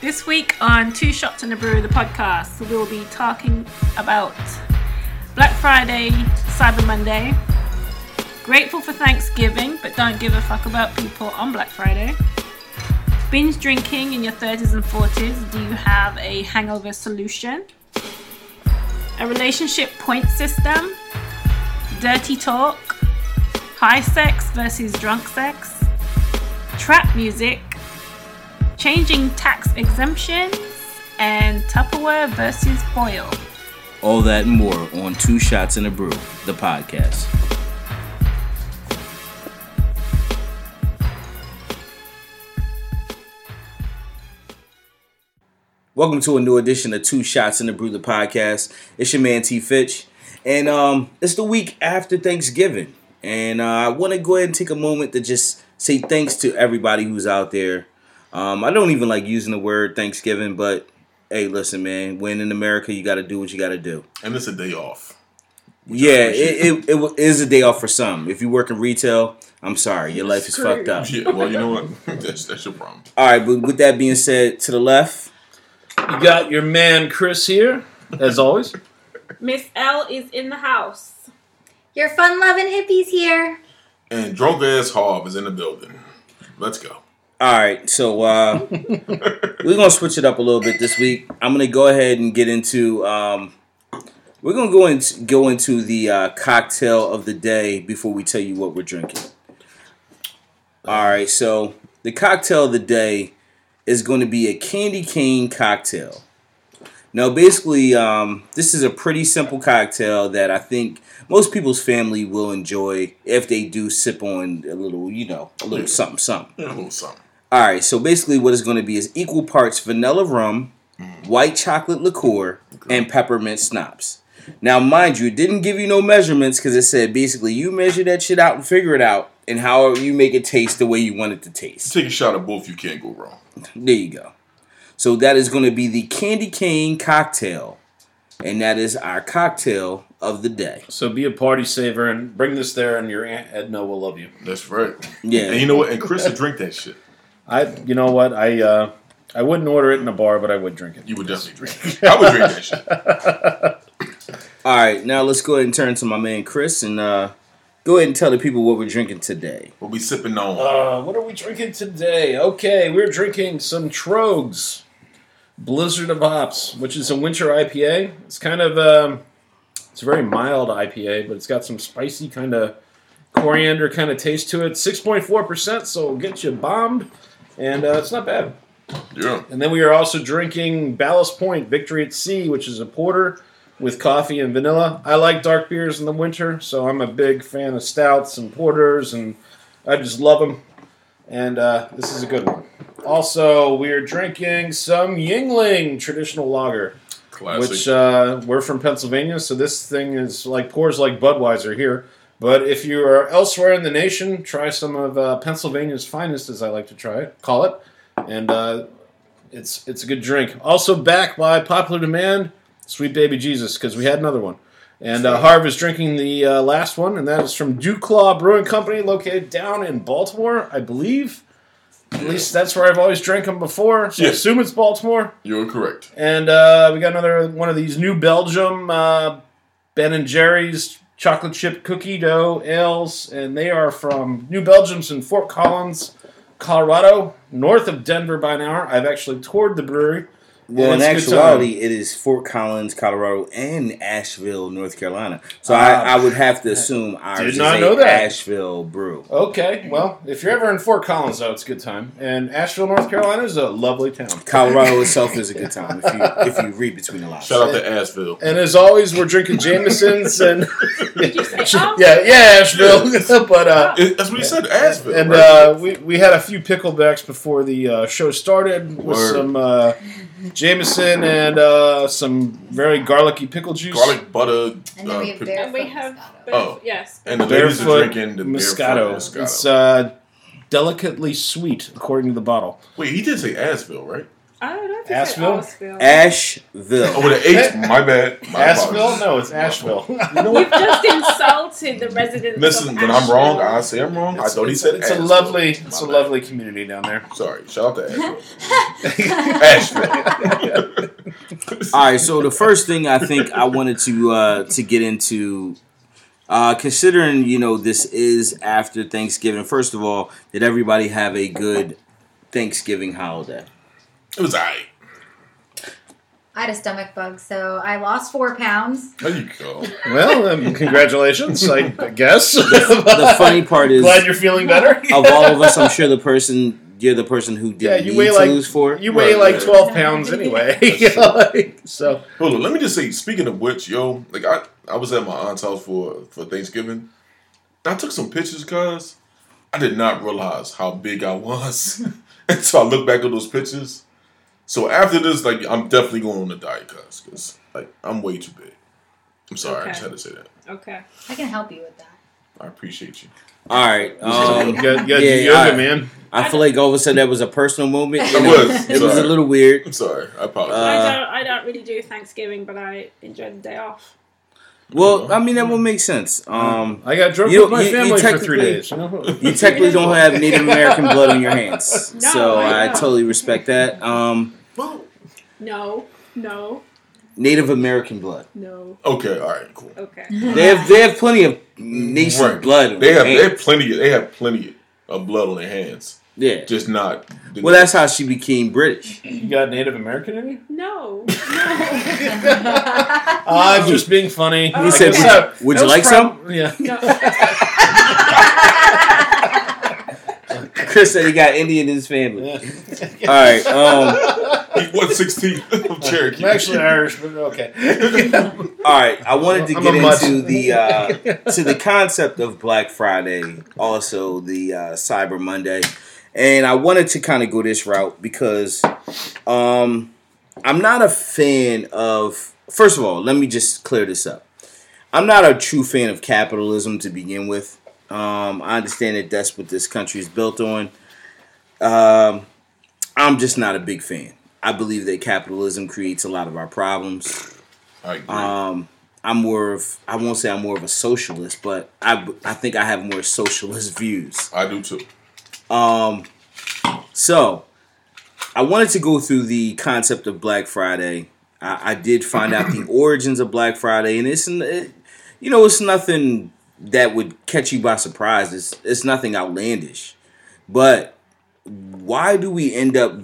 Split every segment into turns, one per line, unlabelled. This week on Two Shots and a Brew, the podcast, we'll be talking about Black Friday, Cyber Monday, grateful for Thanksgiving, but don't give a fuck about people on Black Friday, binge drinking in your 30s and 40s. Do you have a hangover solution? A relationship point system, dirty talk, high sex versus drunk sex, trap music, changing tax exemptions, and Tupperware versus foil.
All that and more on Two Shots and a Brew, the podcast. Welcome to a new edition of Two Shots and a Brew, the podcast. It's your man T Fitch, and um, it's the week after Thanksgiving, and uh, I want to go ahead and take a moment to just say thanks to everybody who's out there. Um, I don't even like using the word Thanksgiving, but hey, listen, man, when in America, you got to do what you got to do.
And it's a day off.
Yeah, it, it, it wa- is a day off for some. If you work in retail, I'm sorry, your life is fucked up.
Yeah, well, you know what? that's, that's your problem.
All right, but with that being said, to the left,
You got your man Chris here, as always.
Miss L is in the house.
Your fun loving hippies here.
And drunk ass Harv is in the building. Let's go.
All right, so uh, we're gonna switch it up a little bit this week. I'm gonna go ahead and get into. Um, we're gonna go into go into the uh, cocktail of the day before we tell you what we're drinking. All right, so the cocktail of the day is going to be a candy cane cocktail. Now, basically, um, this is a pretty simple cocktail that I think most people's family will enjoy if they do sip on a little, you know, a little something, something.
A little something.
All right, so basically, what it's going to be is equal parts vanilla rum, white chocolate liqueur, and peppermint schnapps. Now, mind you, it didn't give you no measurements because it said basically you measure that shit out and figure it out, and however you make it taste the way you want it to taste.
Take a shot of both. You can't go wrong.
There you go. So that is going to be the candy cane cocktail, and that is our cocktail of the day.
So be a party saver and bring this there, and your aunt Edna will love you.
That's right.
Yeah.
And you know what? And Chris would drink that shit.
I, you know what? I, uh, I wouldn't order it in a bar, but I would drink it.
You would definitely drink it. I would drink that shit.
All right, now let's go ahead and turn to my man Chris and uh, go ahead and tell the people what we're drinking today.
We'll be sipping on.
Uh, what are we drinking today? Okay, we're drinking some Trogs Blizzard of Hops, which is a winter IPA. It's kind of, um, it's a very mild IPA, but it's got some spicy kind of coriander kind of taste to it. Six point four percent, so it'll get you bombed, and uh, it's not bad.
yeah.
And then we are also drinking Ballast Point Victory at Sea, which is a porter with coffee and vanilla. I like dark beers in the winter, so I'm a big fan of stouts and porters, and I just love them. And uh, this is a good one. Also, we are drinking some Yingling traditional lager,
Classic.
which uh, we're from Pennsylvania, so this thing is like pours like Budweiser here. But if you are elsewhere in the nation, try some of uh, Pennsylvania's finest, as I like to try it, call it, and uh, it's it's a good drink. Also backed by popular demand, Sweet Baby Jesus, because we had another one. And uh, Harv is drinking the uh, last one, and that is from Dew Claw Brewing Company, located down in Baltimore, I believe. At least that's where I've always drank them before. So
Yeah.
I assume it's Baltimore.
You're correct.
And uh, we got another one of these New Belgium uh, Ben and Jerry's chocolate chip cookie dough ales, and they are from New Belgium's in Fort Collins, Colorado, north of Denver by an hour. I've actually toured the brewery.
Well, in
And it's a good
actuality, it is Fort Collins, Colorado, and Asheville, North Carolina. So I, I would have to assume ours
Ah. Did
is
not
a
know that.
Asheville brew.
Okay, well, if you're ever in Fort Collins, though, it's a good time. And Asheville, North Carolina is a lovely town.
Colorado itself is a good time if you if you read between the lines.
Shout out to Asheville.
And as always, we're drinking Jameson's and
Did you say oh?
yeah, yeah, Asheville. but uh,
It- that's what he said. Asheville.
and
right?
uh, we we had a few picklebacks before the uh, show started with
Word.
some uh, Jameson and uh, some very garlicky pickle juice.
garlic butter.
And then
uh,
we have
pic-
bear-
And we have both,
Oh.
yes.
and the ladies are
Barefoot
drinking the
Moscato.
Barefoot Moscato.
It's uh, delicately sweet, according to the bottle.
Wait, he did say Asheville, right?
I don't know if you
Asheville?
said Asheville.
Oh,
Asheville.
with an H, my bad. My
Asheville?
apologies.
No, it's Asheville.
You know
You've
what?
just insulted the residents.
Listen,
of
when I'm wrong,
Asheville.
I say I'm wrong. I thought he said
it's a
Asheville.
lovely, it's
My
a
bad.
lovely community down there.
Sorry, shout out to Asheville. Asheville.
All right, so the first thing I think I wanted to uh, to get into, uh, considering you know this is after Thanksgiving. First of all, did everybody have a good Thanksgiving holiday?
it was alright.
I had a stomach bug, so I lost four pounds.
There you go.
Well, um, congratulations, I guess.
The funny part is
Glad you're feeling better.
of all of us, I'm sure the person you're the person who
yeah,
didn't
you
need
weigh
to
like
lose for.
you weigh
Right,
like
yeah.
twelve pounds anyway. You know, like, so
Hold on, let me just say, speaking of which, yo, like I, I was at my aunt's house for for Thanksgiving. I took some pictures, cuz I did not realize how big I was. and so I looked back at those pictures. So after this, like I'm definitely going on a diet, cuz, cause like I'm way too big. I'm sorry, I just
Okay.
had to say that.
Okay.
I can help you with that.
I appreciate you.
All right,
you
um,
got, you got to
yeah,
do yoga,
alright.
man.
I feel like all of a sudden that was a personal moment. you
It
know?
was.
It was a
Sorry.
little weird.
I'm sorry. I apologize.
Uh,
I don't. I don't really do Thanksgiving, but I enjoy the day off.
Well, I mean that will make sense. Um,
I got drunk
You-
with my
you- you
family for
technically-
three days. Uh, You know?
you technically don't have Native American blood on your hands,
No,
so
I
I,
know.
totally respect that. Um,
well,
No, no,
Native American blood.
no.
okay, all right, cool.
Okay.
They have they have plenty of nation
Right.
blood. on
They
their
have they
hands.
have plenty of they have plenty of blood on their hands.
yeah.
Just not the-
Well, that's how she became British.
You got Native American in you?
No.
I'm Uh, just being funny.
He
said,
That
"Would you
was
like
prob- Yeah.
No.
Chris said he got Indian in his family. All
Yeah.
right. Um,
He was 16th of Cherokee.
I'm actually Irish, but okay.
all right. I wanted to
I'm
get
a mud.
into the uh, to the concept of Black Friday, also the uh, Cyber Monday, and I wanted to kind of go this route because um, I'm not a fan of. First of all, let me just clear this up. I'm not a true fan of capitalism to begin with. Um, I understand that that's what this country is built on. Um, I'm just not a big fan. I believe that capitalism creates a lot of our problems.
I agree.
Um, I'm more of I won't say I'm more of a socialist, but I I think I have more socialist views.
I do too.
Um, so I wanted to go through the concept of Black Friday. I, I did find out the origins of Black Friday, and it's n- it, you know it's nothing that would catch you by surprise. It's it's nothing outlandish, but why do we end up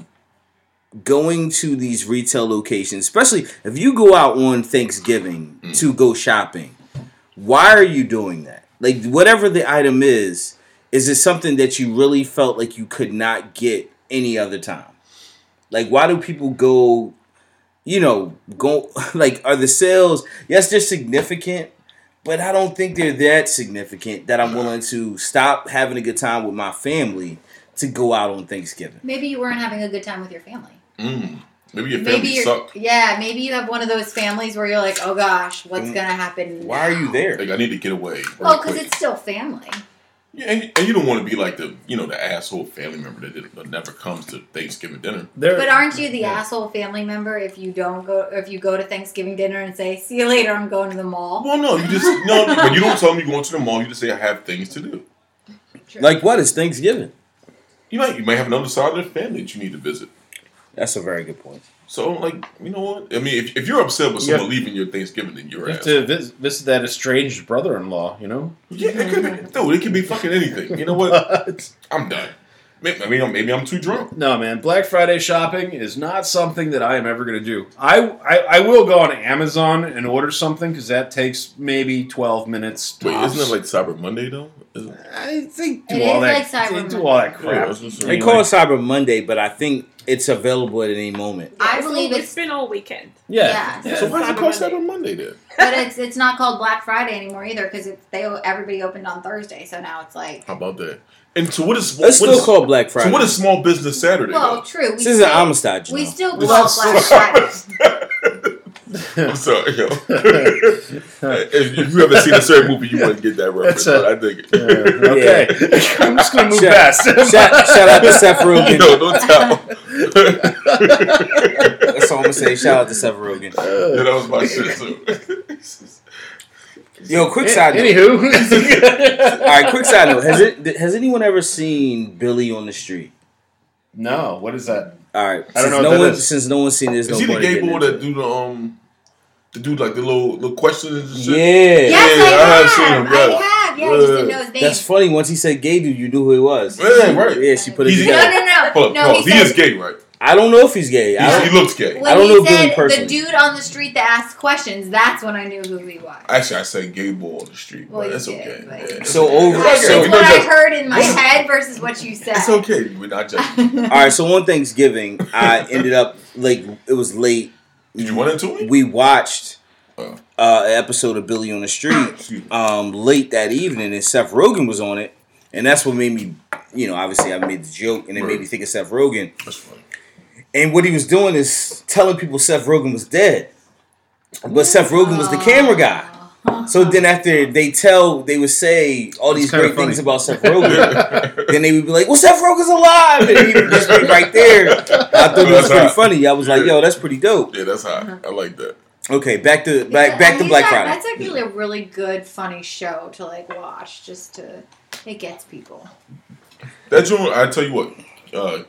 going to these retail locations, especially if you go out on Thanksgiving to go shopping? Why are you doing that? Like whatever the item is, is it something that you really felt like you could not get any other time? Like, why do people go, you know, go, like, are the sales, yes, they're significant, but I don't think they're that significant that I'm willing to stop having a good time with my family to go out on Thanksgiving.
Maybe you weren't having a good time with your family.
Mm. Maybe your
Maybe
family
you're,
suck.
yeah, maybe you have one of those families where you're like, oh gosh, what's
Mm.
gonna happen?
Why are you
now?"
there?
Like I need to get away.
Oh,
Well,
real
because
quick.
it's still family.
Yeah, and, and you don't want to be like the you know the asshole family member that, did- that never comes to Thanksgiving dinner.
There,
But aren't you the
Yeah.
asshole family member if you don't go or if you go to Thanksgiving dinner and say, "See you later, I'm going to the mall"?
Well, no, you just no. But you don't tell me you're going to the mall. You just say I have things to do.
Like, what is Thanksgiving?
You might you might have another side of the family that you need to visit.
That's a very good point.
So like you know what I mean. If, if you're upset with
You have-
someone leaving your Thanksgiving, then you're an
you have
asshole.
to vis- visit that estranged brother-in-law. You know.
Yeah, it could be. Dude, it could be fucking anything. You know what? I'm done. Maybe, maybe, I'm, maybe I'm too drunk.
No, man. Black Friday shopping is not something that I am ever going to do. I, I I will go on Amazon and order something because that takes maybe twelve minutes.
Wait,
tops.
isn't it like Cyber Monday though? Isn't it?
I think do
It
all
is
that.
like Cyber
they do
Monday.
all that
Yeah,
crap.
that's what I'm saying.
They call it Cyber Monday, but I think it's available at any moment.
I
It's all-
believe
it's
it's,
been all weekend.
Yeah.
Yeah.
So why is it
Cyber
called
Monday.
Cyber Monday then?
but it's it's not called Black Friday anymore either because they everybody opened on Thursday, so now it's like.
How about that? And so what is what
It's
is
still called Black
so
Friday.
what is Small Business Saturday?
Well, true. We
this is an
still,
Amistad. You
we
know.
still
though?
call it Black Friday.
I'm sorry, yo. if, if you haven't seen a certain movie, you wouldn't get that reference.
That's a-
but I dig it.
okay. I'm just gonna move
Shout-
past.
Shout, shout out to Seth Rogen.
Yo, don't tell.
That's all I'm gonna say. Shout out to Seth Rogen.
yeah, that was my shit too.
Yo, quick side note.
Anywho,
All right, quick side note. Has it has anyone ever seen Billy on the street?
no. What is that?
All right,
I don't
since
know what
no
that
one
is.
since no one's seen this.
Is
no
he the
point in
gay
getting
boy
into
that do the um, the dude like the little little questions and
it.
shit?
Yeah.
Yes,
Yeah, I have
I,
seen
have.
him,
I
yeah.
have. Yeah, I just didn't
Yeah.
know his name.
That's funny. Once he said gay dude, you knew who he was.
Yeah, right.
Yeah, she put it
He's-
no,
together.
no, no.
Hold up,
no,
hold up. He,
said-
is gay, right?
I don't know if he's gay. I
He's,
don't,
he looks gay.
When
I don't
he
know Billy
said
personally.
the dude on the street that asked questions, that's when I knew who he was.
Actually, I say gay boy on the street,
Well,
but
you
that's
did,
okay.
but-
Yeah, that's
So
okay.
over-
It's
That's
so-
okay.
what
We're
I
not judging.
heard in my head versus what you said.
It's okay. We're not judging.
all right. So one Thanksgiving, I ended up like it was late.
Did you run into him?
We watched uh,
Oh.
an episode of Billy on the Street
Excuse me.
um, late that evening, and Seth Rogen was on it, and that's what made me, you know, obviously I made the joke, and it made me think of Seth Rogen.
That's funny.
And what he was doing is telling people Seth Rogen was dead, but Seth Rogen was the camera guy. So then after they tell, they would say all these
kinda
great things
funny.
about Seth Rogen. then they would be like, "Well, Seth Rogen's alive," and he would just be right there. I thought that was
That's
pretty
hot.
funny. I was like,
Yeah.
"Yo, that's pretty dope."
Yeah, that's
Uh-huh.
hot. I like that.
Okay, back to
It's
back
a-
back to
he's
Black
a-
Friday.
That's actually a really good, funny show to like watch. Just to it gets people.
That joint, I tell you what, uh,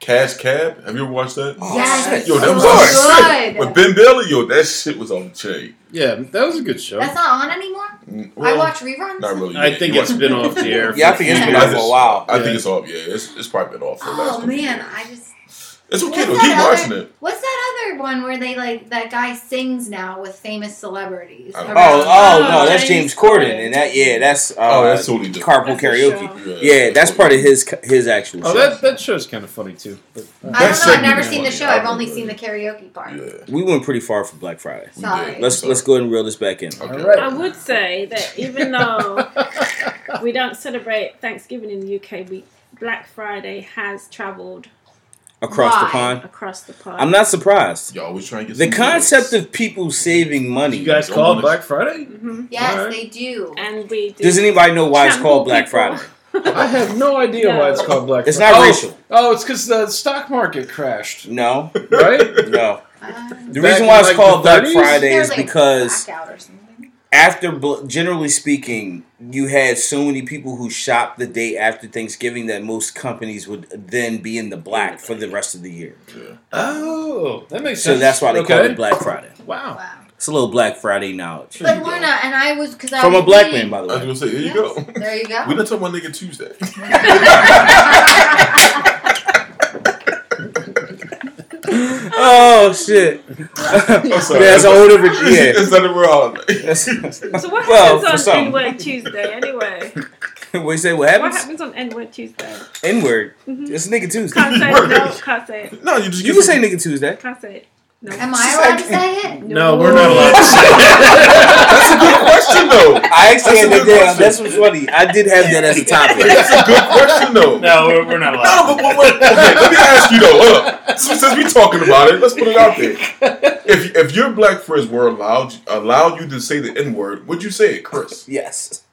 Cash Cab. Have you ever watched that?
Oh, yes,
Oh, Yo, that was
Of
on
course.
the shit.
good.
With Ben Bailey, yo, that shit was on the chain.
Yeah, that was a good show.
That's not on anymore. I
Well,
watch reruns.
Not really.
I
yet.
think
You
it's
watch-
been off the air.
Yeah, I think it's been out for a while.
I think
Yeah.
it's off. Yeah, it's, it's probably been off for the last
Oh
couple
man,
years.
I just
it's okay though.
What's
Keep
that
watching
other-
it.
What's that other one where they like that guy sings now with famous celebrities?
I don't-
Oh, oh
Oh,
no, that's James
James
Corden,
Corden.
and that yeah, that's uh,
Oh, that's totally different.
That's
carpool
the
karaoke.
show.
Yeah, that's part of his his actual.
Oh,
show.
that that show's kind of funny too. But uh,
I don't
That
know. I've
segment
never
is
seen the
funny.
show.
I
I've only
remember
seen the karaoke part.
Yeah.
we went pretty far for Black Friday.
we
Sorry.
did.
Let's
So-
let's go ahead and reel this back in.
Okay.
All right.
I would say that even though we don't celebrate Thanksgiving in the UK, we Black Friday has travelled
Across the
Why?
pond,
across the pond.
I'm not surprised.
Y'all always trying to get
The
some
concept
deals.
of people saving
you
money.
guys
call
call
it
it Black
Black
Friday?
Mhm.
Yes,
Alright.
they do.
And we do
Does anybody know why it's
trample
called Black
people.
Friday?
I have no idea why it's called Black.
It's
Friday.
not
oh,
racial.
Oh, it's because the stock market crashed,
No,
right?
no.
Uh,
The
Back
reason
in,
why it's
like,
called
the
Black
30s?
Friday
there's,
is
like,
because
blackout or something.
after bl- generally speaking you had so many people who shopped the day after thanksgiving that most companies would then be in the black for the rest of the year
oh, that makes
so
sense.
that's why they
okay.
call it black friday
Wow.
Wow.
it's a little black friday knowledge
But
you go.
Lorna and I was because I
from
was
a black
reading-
man by the
I was
way
gonna say, here you
Yes,
go.
There you
We
go.
done talk about nigga Tuesday.
oh shit
I'm sorry.
that's a whole different
it's
yeah
not a real holiday.
That's-
So what
Well, for
happens on
some.
N Word Tuesday anyway?
what you say what
what
happens
happens on N Word Tuesday? Mm-hmm.
n-word it's nigga
Can't
tuesday
say it. No, can't say it.
No, you just
you
get
can
some-
say nigga tuesday
Can't say it. No.
Am I allowed to
like-
say it?
No, we're not allowed to say
That's a good question though.
i actually
That's a
had that
good
down
question.
that's what's funny i did have that as a topic
That's a good question though.
No, we're, we're not
No,
allowed.
but, but, but- okay, let me ask you though. Hold up. Since, since we're talking about it, let's put it out there. If if your black friends were allowed allowed you to say the N word, would you say it, Chris?
yes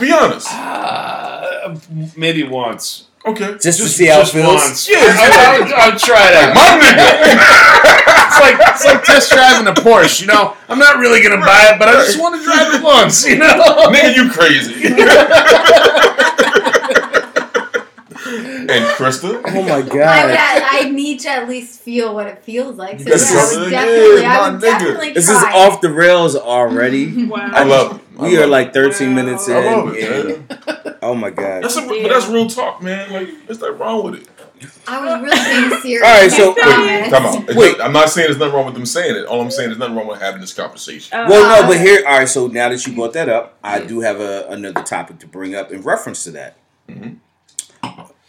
Be honest.
Uh, maybe once.
Okay.
just, to see how it feels
once. Yeah, I, I, would- I would try it out.
My nigga.
It's like it's like test driving a Porsche. You know, I'm not really gonna buy it, but I just want to drive it once. You know.
nigga, you crazy. and Krista.
oh my
I,
god
would, I need to at least feel what it feels like. So
This
yeah,
is-
I would
Yeah,
definitely, I
my
would
nigga.
definitely
This is
try.
off the rails already.
Wow.
I love it. I
We are
love
like 13
Wow.
minutes
it.
in.
I love it,
and-
man.
oh my god.
That's a, but that's real talk, man. Like, what's that wrong with it?
I was really being serious.
All right, so-
I
Wait,
promise.
come on.
Wait.
I'm not saying there's nothing wrong with them saying it. All I'm saying is nothing wrong with having this conversation.
Uh,
Well, no, but here, all right. So now that you brought that up, I do have a, another topic to bring up in reference to that.
Mhm.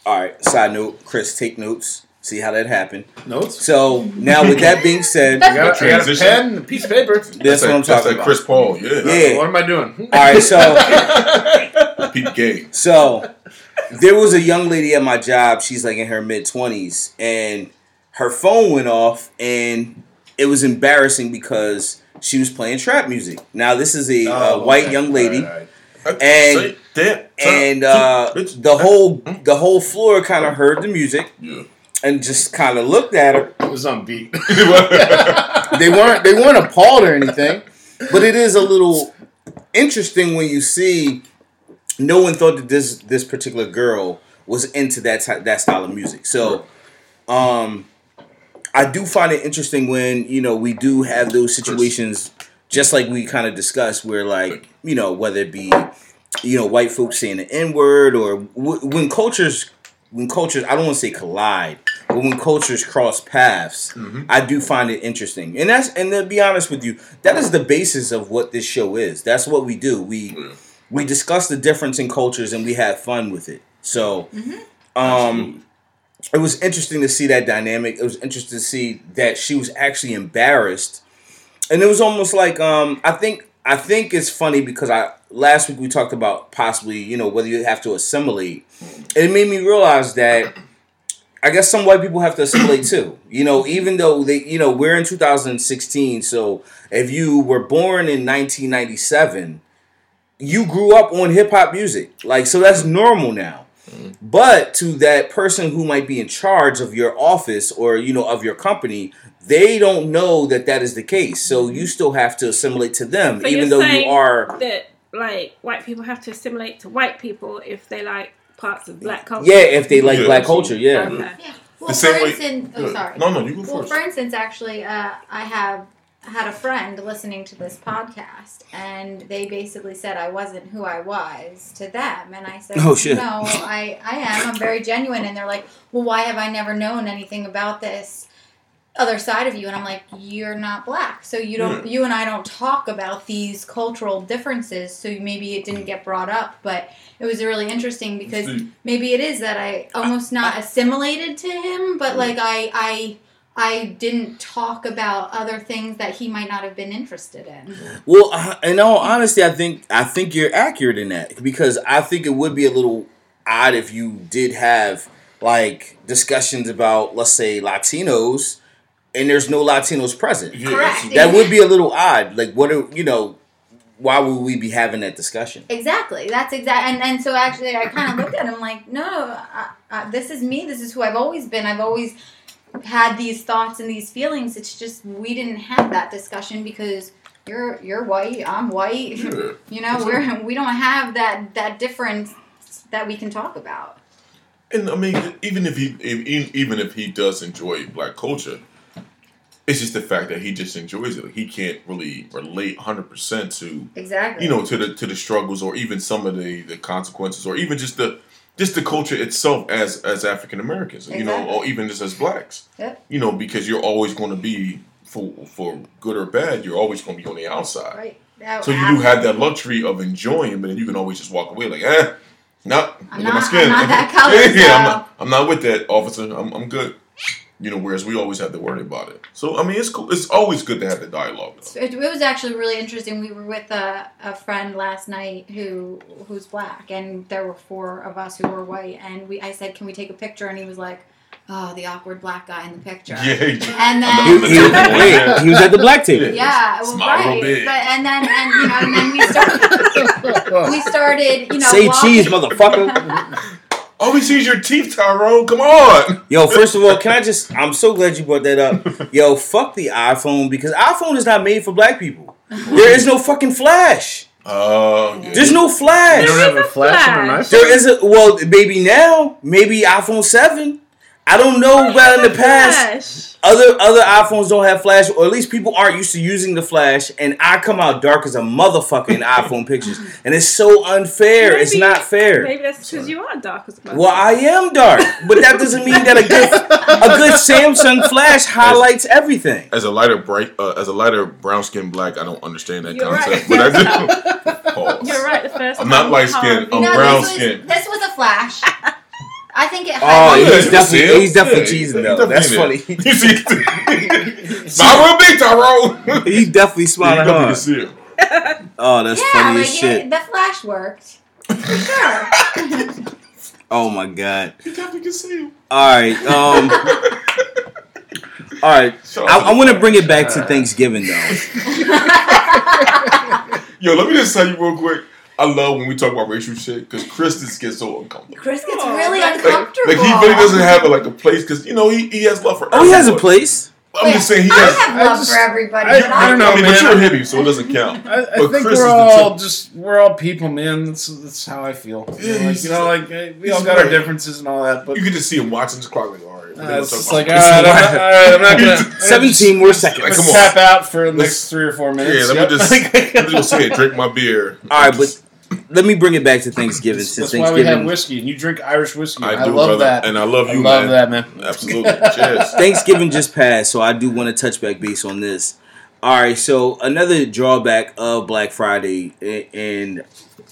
All right. Side note, Chris, take notes. See how that happened.
Notes.
So now, with that being said,
I got, I got a
Transition.
pen and a piece of paper.
that's
like-
what I'm
that's
talking
like
about.
Chris Paul, yeah.
Yeah.
What am I doing? Hmm?
All right. So.
Pete Gay.
So there was a young lady at my job. She's like in her mid twenties, and her phone went off, and it was embarrassing because she was playing trap music. Now this is a uh,
Oh,
white
okay.
young lady,
All right,
And-
Say that.
and uh,
Bitch.
the whole the whole floor kind of heard the music
Yeah.
and just kind of looked at her.
all right. It was on beat. Oh.
They weren't they weren't appalled or anything, but it is a little interesting when you see no one thought that this this particular girl was into that ty- that style of music. So, um, I do find it interesting when you know we do have those situations, just like we kind of discussed, where like you know whether it be you know white folks saying the n word or w- when cultures when cultures I don't want to say collide, but when cultures cross paths, I do find it interesting. And that's and to be honest with you, that is the basis of what this show is. That's what we do. We we discuss the difference in cultures and we have fun with it. So, um, it was interesting to see that dynamic. It was interesting to see that she was actually embarrassed, and it was almost like um, I think I think it's funny because I last week we talked about possibly you know whether you have to assimilate. It made me realize that. I guess some white people have to assimilate too. You know, even though they, you know, we're in 2016, so if you were born in 1997, you grew up on hip hop music. Like, so that's normal now. But to that person who might be in charge of your office or, you know, of your company, they don't know that that is the case. So you still have to assimilate to them,
So
even
you're
though you
saying
are.
that like white people have to assimilate to white people if they like parts of black culture.
Yeah, if they like
Yeah.
black culture, yeah.
Okay.
Yeah. Well,
The same
for
way-
instance, oh, sorry.
No, no, you go
Well,
first.
for instance, actually, uh, I have had a friend listening to this podcast, and they basically said I wasn't who I was to them, and I said,
Oh, shit.
No, I, I am. I'm very genuine." And they're like, "Well, why have I never known anything about this?" other side of you and I'm like you're not black so you
Hmm.
don't you and I don't talk about these cultural differences so maybe it didn't get brought up but it was really interesting because
See.
maybe it is that I almost
Uh,
not assimilated to him
mm-hmm.
but like I I I didn't talk about other things that he might not have been interested in
Well, uh, in all honesty, I think I think you're accurate in that because I think it would be a little odd if you did have like discussions about, let's say, Latinos, and there's no Latinos present.
Yeah,
Correct.
see,
That would be a little odd. Like, what are you know? Why would we be having that discussion?
Exactly. That's exact. And and so actually, I kind of looked at him like, no, I, I, this is me. This is who I've always been. I've always had these thoughts and these feelings. It's just we didn't have that discussion because you're you're white. I'm white.
Yeah.
You know, we're we don't have that that difference that we can talk about.
And I mean, even if he, if, even if he does enjoy black culture, it's just the fact that he just enjoys it. He can't really relate hundred percent to
Exactly.
you know to the to the struggles or even some of the the consequences or even just the just the culture itself as as African Americans, you know, or
Exactly.
even just as blacks,
Yep.
you know, because you're always going to be for for good or bad, you're always going to be on the outside.
Right. That-
So you do have that luxury of enjoying, but then you can always just walk away like, eh, no,
I'm
look at my
not-
skin.
I'm not that color,
yeah, I'm,
so-
not, I'm not with that, officer. I'm, I'm good. You know, whereas we always have to worry about it. So I mean, it's cool. It's always good to have the dialogue. Though.
it, it was actually really interesting. We were with a, a friend last night who who's black, and there were four of us who were white. And we, I said, "Can we take a picture?" And he was like, "Oh, the awkward black guy in the picture."
Yeah,
And
He,
then
he- wait, he was at the black table.
yeah, well,
Smile
right.
big.
But and then and you know, and then we started. we started, you know,
Say
walking-
cheese, motherfucker.
always sees your teeth, Tyrone. Come on.
Yo, first of all, can I just? I'm so glad you brought that up. Yo, fuck the iPhone because iPhone is not made for black people. There is no fucking flash.
Oh, yeah.
There's no
You
flash.
don't have a flash on an
Flash.
iPhone.
There is a well, maybe now, maybe iPhone seven. I don't know about in the past.
Gosh.
Other other iPhones don't have flash, or at least people aren't used to using the flash. And I come out dark as a motherfucker in iPhone pictures, and it's so unfair. it's
Maybe-
not fair.
Maybe that's because you are dark as well.
Well, I am dark, but that doesn't mean that a good a good Samsung flash highlights everything.
As a lighter bright, uh, as a lighter brown skinned black, I don't understand that
You're
concept,
right.
but I do. Pause.
You're right. The first.
I'm not
time
light
Tom-
skinned, I'm
No,
brown
this was,
skin.
this was a flash. I think it.
Oh,
Yeah,
he's
you
definitely
see it?
he's definitely
Yeah,
cheesing
he
though.
definitely
That's
in it.
funny.
You see, it? smile real big, Tyrone.
He definitely smiling
You definitely
hard.
see it.
Oh, that's
yeah,
funny
like
as
it-
shit.
the flash worked. For sure.
Oh my god.
You definitely can see him.
All right. Um All right.
Shout out
I, I want to
the-
bring it back to Thanksgiving though.
Yo, let me just tell you real quick. I love when we talk about racial shit because Chris just gets so uncomfortable.
Chris gets
Oh,
really
like-
Like,
uncomfortable.
like he really doesn't have like a place because you know he, he has love for.
Oh, he has a
everyone.
place.
I'm just saying he
I
has.
have
I
love
just-
for everybody.
I-
but
I don't know,
I mean,
man.
but you're a hippie, so it doesn't count.
I, I
But
think
Chris
we're
is the
all
tip.
just we're all people, man. That's that's how I feel. You know, like, you know, like eh, we all
He's
got our
right.
differences and all that, but
You can just see him watching the clock like, all right, we're
uh,
gonna
it's
talk
just
about
like all
this.
right, I'm not, all right, I'm not gonna I'm
Seventeen more seconds.
Like,
Just,
come
let's
on.
tap out for the
Let's-
next three or four
yeah,
minutes.
let
Yep.
me just let me just say it. Drink my beer.
All right, but let me bring it back to Thanksgiving.
That's
Since
why we have
Thanksgiving,
whiskey, and you drink Irish whiskey.
I
I,
do,
love
brother,
that.
and I love
I
you,
love
man.
that, man.
Absolutely, cheers.
Thanksgiving just passed, so I do want to touch back base on this. All right, so another drawback of Black Friday, a- and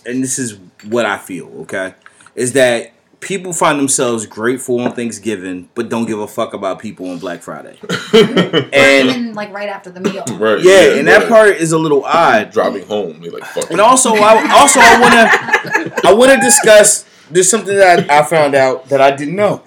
and this is what I feel. Okay, is that people find themselves grateful on Thanksgiving, but don't give a fuck about people on Black Friday.
and
And
even like right after the meal.
Right?
yeah, and that
right.
part is a little odd.
driving home, they like fuck.
And also, I also I want to I want to discuss. There's something that I found out that I didn't know,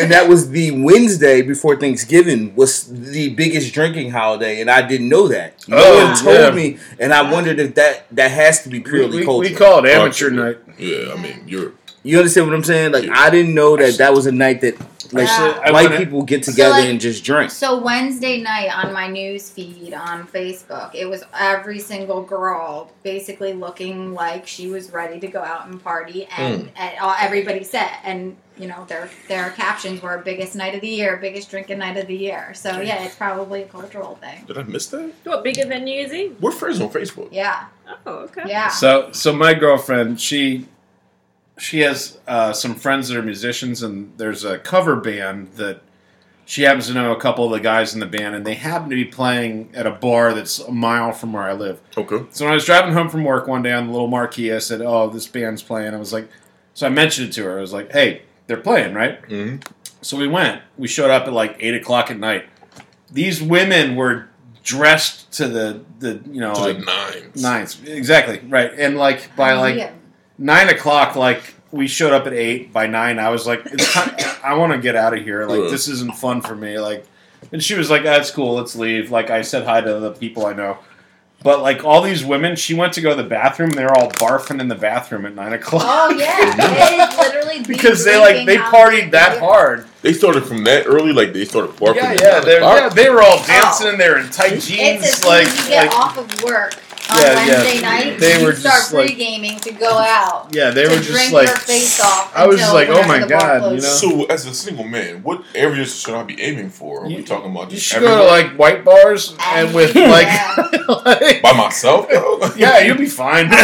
and that was the Wednesday before Thanksgiving was the biggest drinking holiday, and I didn't know that. No
Oh,
one told
yeah.
me, and I wondered if that that has to be
We,
purely
we,
cultural.
we call it amateur
Fuck.
night.
Yeah, I mean, you're
you understand what I'm saying? Like I didn't know that that was a night that like
Yeah.
I
white
wanna-
people get together
like-
and just drink.
So Wednesday night on my news feed on Facebook, it was every single girl basically looking like she was ready to go out and party, and,
Mm.
and all, everybody said, and you know their their captions were "biggest night of the year," "biggest drinking night of the year." So yeah, it's probably a cultural thing.
Did I miss that?
What bigger than New Year's Eve?
We're friends on Facebook.
Yeah,
Oh, okay.
yeah.
So, so my girlfriend, she she has uh, some friends that are musicians, and there's a cover band that she happens to know a couple of the guys in the band, and they happen to be playing at a bar that's a mile from where I live.
Okay.
So when I was driving home from work one day on the little marquee, I said, "Oh, this band's playing." I was like, so I mentioned it to her. I was like, "Hey, they're playing, right?"
Mm-hmm.
So we went. We showed up at like eight o'clock at night. These women were dressed to the the you know Oh, like
nine.
nines exactly right, and like by like
Oh, Yeah.
nine o'clock, like we showed up at eight. By nine, I was like, it's time, I want to get out of here. Like
Yeah.
this isn't fun for me. Like, and she was like, that's cool. Let's leave. Like I said hi to the people I know. But like all these women, she went to go to the bathroom. and They were all barfing in the bathroom at nine o'clock
Oh yeah, it is literally the
because they like they
drinking holiday
partied
of
that
the year.
hard.
They started from that early, like they started barking.
Yeah,
at
yeah,
nine
they
o'clock.
yeah, they were all dancing and they were in tight
Oh. It's as
jeans.
soon
Like,
as you get
like
off of work on
Yeah, yeah.
Wednesday night,
They
you
were
start
just, like-
pre-gaming to go out.
yeah, they
to
were just
drink
like.
your face off
I was just
until
like, oh
whenever
my
the bar
God, you
closes.
know?
So, as a single man, what areas should I be aiming for? Are we
You-
talking about
You
just
should go to
everywhere?
like white bars and with like, like
by myself? though?
Yeah, you'll be fine.
that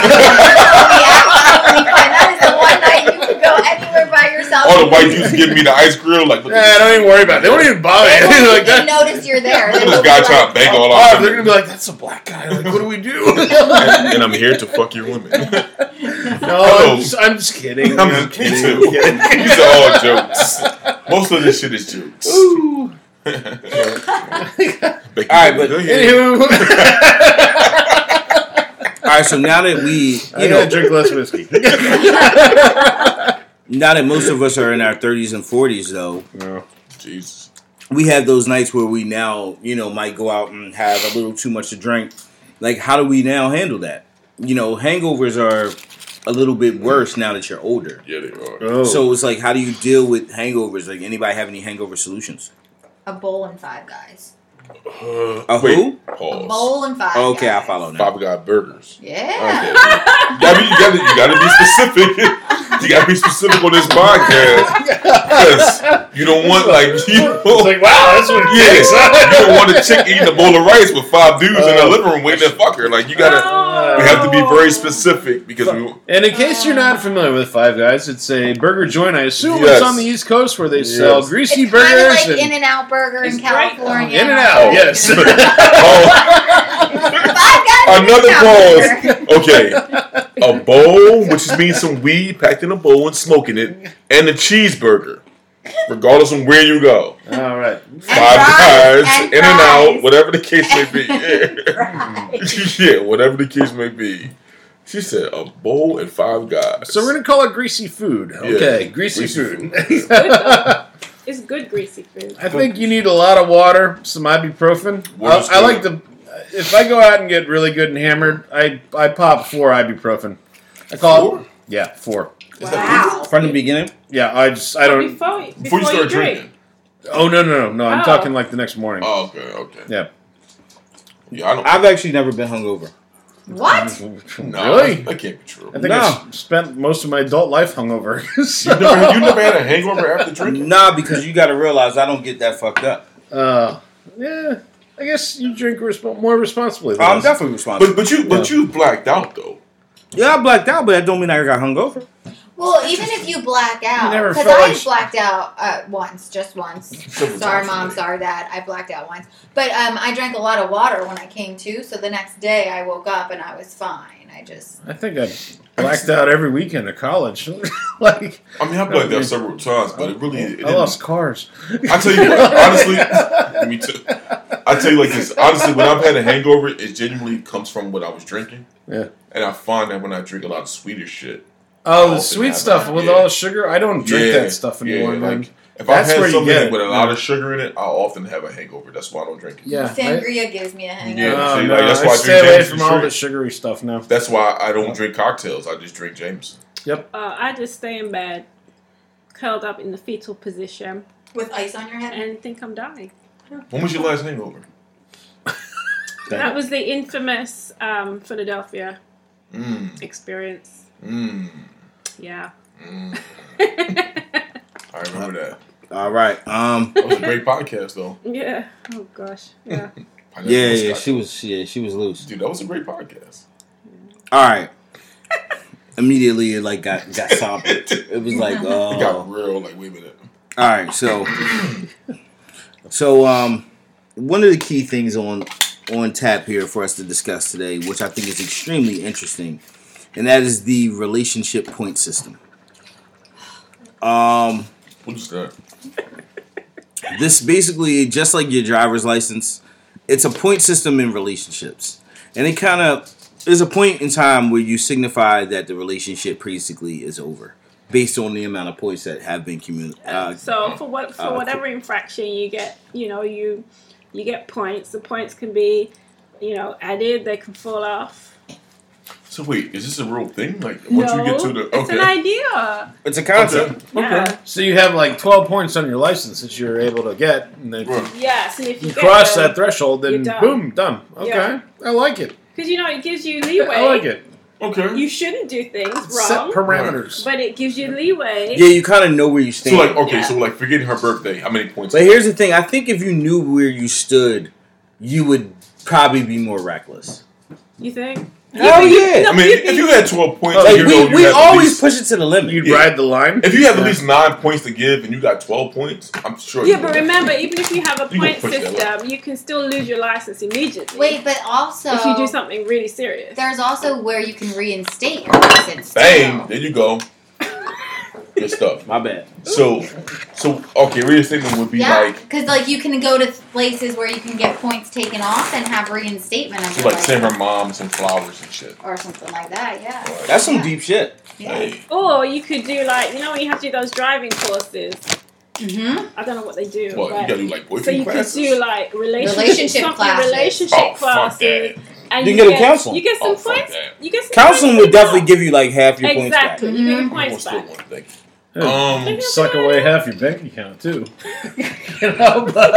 is the one night you can go anywhere by yourself.
All the white dudes giving me the ice grill, like look
yeah,
at
don't even worry about it. They won't even bother
They
you.
won't
like
even
that.
notice you're there.
this,
They
look
will
at this guy
be like,
trying to bang all
Oh,
out.
they're gonna be like, "That's a black guy. Like, what do we do?"
and, and I'm here to fuck your women. These
no,
Hello.
I'm just, I'm just kidding.
I'm
I'm
just
kidding.
kidding.
kidding.
are all jokes. Most of this shit is jokes.
Ooh.
Becky,
All right, but
go ahead.
Anywho,
All right, so now that we,
I
you know,
gotta drink less whiskey.
now that most of us are in our 30s and 40s, though,
no.
Jesus.
we have those nights where we now, you know, might go out and have a little too much to drink. Like, how do we now handle that? You know, hangovers are a little bit worse now that you're older.
Yeah, they are.
Oh.
So it's like, how do you deal with hangovers? Like, anybody have any hangover solutions?
A bowl and five guys.
Uh,
A
wait,
who?
A
Pause.
bowl and five.
Okay, I
guys.
follow now.
Baba got burgers. Okay.
Yeah.
you, gotta be, you, gotta, you gotta be specific. You gotta be specific on this podcast. Because you don't want, like, you
It's
know,
like, wow, that's what it
Yes.
takes.
you don't want a chick eating a bowl of rice with five dudes in the
Uh,
living room waiting to fuck her. Like, you gotta,
Oh.
we have to be very specific because we.
And in case you're not familiar with Five Guys, it's a burger joint. I assume
Yes.
it's on the East Coast where they
Yes.
sell greasy
It's kind
burgers
of like In
and
and Out Burger in
It's great.
California.
In and Out. Yes.
Oh,
Five guys.
another
In-N-Out Burger.
pause. Okay. A bowl, which means some weed packed in a bowl and smoking it, and a cheeseburger. Regardless of where you go.
All right.
Five
fries,
guys,
and
in and out,
fries.
whatever the case may be. Yeah.
Right.
yeah, whatever the case may be. She said a bowl and five guys.
So we're gonna call it greasy food. Okay, greasy,
Greasy
food.
food.
Good though. It's good greasy food.
I think you need a lot of water, some ibuprofen.
Water's
I, I like
good.
to. If I go out and get really good and hammered, I I pop four ibuprofen. I call
Four?
it. Yeah, four.
Wow.
From the beginning,
Yeah, I just I don't.
Before, before,
Before you start
drink.
drinking.
Oh no no no no! I'm
Oh.
talking like the next morning.
Oh, okay, okay.
Yeah.
Yeah, I don't.
I've actually never been hungover.
What?
nah,
Really?
That can't be true.
I think
No.
I s- spent most of my adult life hungover. so,
You never, you never had a hangover after drinking?
Nah, because you got to realize I don't get that fucked up.
uh, yeah, I guess you drink resp- more responsibly. than
I'm
us.
definitely responsible.
But but you but you blacked out though.
yeah, I blacked out, but that don't mean I got hungover.
Well, even if you black out,
never
because
felt
I
like sh-
blacked out uh, once, just once.
Several
sorry,
times
mom.
today.
Sorry, dad. I blacked out once, but um, I drank a lot of water when I came to. So the next day, I woke up and I was fine. I just
I think I blacked out every weekend of college. like
I mean, I blacked out several times, but it really it
I
didn't.
lost cars.
I tell you what, honestly, me too. I tell you like this. Honestly, when I've had a hangover, it genuinely comes from what I was drinking,
Yeah.
and I find that when I drink a lot of sweeter shit,
Oh,
Oh,
the
yeah,
sweet stuff with
yeah.
all the sugar. I don't drink
Yeah,
that stuff
yeah,
anymore. man.
like, if
That's
I
where
had
you get
something
it.
with a lot of sugar in it, I often have a hangover. That's why I don't drink it.
yeah, I-
sangria gives me a hangover.
Yeah.
Oh,
see,
no,
like, that's
I
why I
stay
drink
away
Jameson
from all
straight.
the sugary stuff now.
That's why I don't drink cocktails. I just drink Jameson.
Uh, I just stay in bed, curled up in the fetal position,
With ice on your head.
and think I'm dying.
When was your last hangover?
That was the infamous um, Philadelphia
Mmm,
experience.
mmm,
Yeah.
mmm. I remember that.
All right. Um.
That was a great podcast, though.
yeah. Oh gosh. Yeah.
I never
Yeah,
missed
yeah.
that.
She was. Yeah, she was loose.
Dude, that was a great podcast.
All right. Immediately, it like got got sobbed. It was like, oh,
It got real. Like, wait a minute.
All right, so so um, one of the key things on on tap here for us to discuss today, which I think is extremely interesting, and that is the relationship point system. Um,
What is that?
this basically just like your driver's license, it's a point system in relationships, and it kind of there's a point in time where you signify that the relationship basically is over, based on the amount of points that have been communicated. Uh,
so for what for
uh,
whatever infraction you get, you know, you you get points. The points can be, you know, added. They can fall off.
So wait, is this a real thing? Like, once you get to the
it's an
okay,
idea.
it's a concept.
okay.
Yeah.
So you have like twelve points on your license that you're able to get, and then
Right.
Yes, and if you,
you cross
get
that threshold,
you're
then
done.
boom, done. Okay,
Yeah.
I like it.
because you know it gives you leeway.
I like it.
okay.
You shouldn't do things
Set
wrong,
parameters.
but it gives you leeway.
Yeah, you kind of know where you
so
stand.
like, okay,
Yeah.
so like, forgetting her birthday, how many points?
but here's the thing: I think if you knew where you stood, you would probably be more reckless.
You think?
Hell Oh, yeah!
I mean, if you had twelve points,
Like,
you
like
know
we,
you
we
have at
always
least-
push it to the limit.
You'd
Yeah.
ride the line.
If you have
Yeah.
at least nine points to give and you got twelve points, I'm sure.
Yeah,
you
but
would.
remember, even if you have a
You gonna
point
push that
system, you can still lose your license immediately.
Wait, but also
if you do something really serious.
there's also where you can reinstate your license.
bang,
too.
there you go. Good stuff.
My bad.
So, so okay, reinstatement would be
Yeah,
like,
because like you can go to places where you can get points taken off and have reinstatement of
so
your
like
license
send her mom some flowers and shit.
or something like that. Yeah.
Like,
That's some deep shit.
Yeah.
hey,
Or you could do like, you know, when you have to do those driving courses.
Mm-hmm.
I don't know what they do.
what you
but-
gotta do like
so
boyfriend
you
classes?
could do like relationship,
Relationship
something
classes.
relationship
oh fuck
classes,
that!
and
You can get a counselling.
You get some
Oh, fuck
points.
that.
You get some
Counseling
points
would definitely
back.
give you like half your
exactly.
points
back.
You get your
Mhm.
Almost
points
still
back.
one thing.
Yeah.
Um,
Suck away half your bank account too. you know, but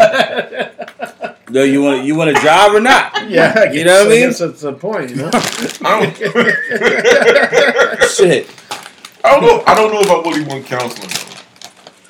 back. No, you want you want to drive or not?
yeah, I
You know what I
guess-
mean?
guess that's the point. You know,
I don't.
shit.
I don't know. I don't know if I really want counseling. Though.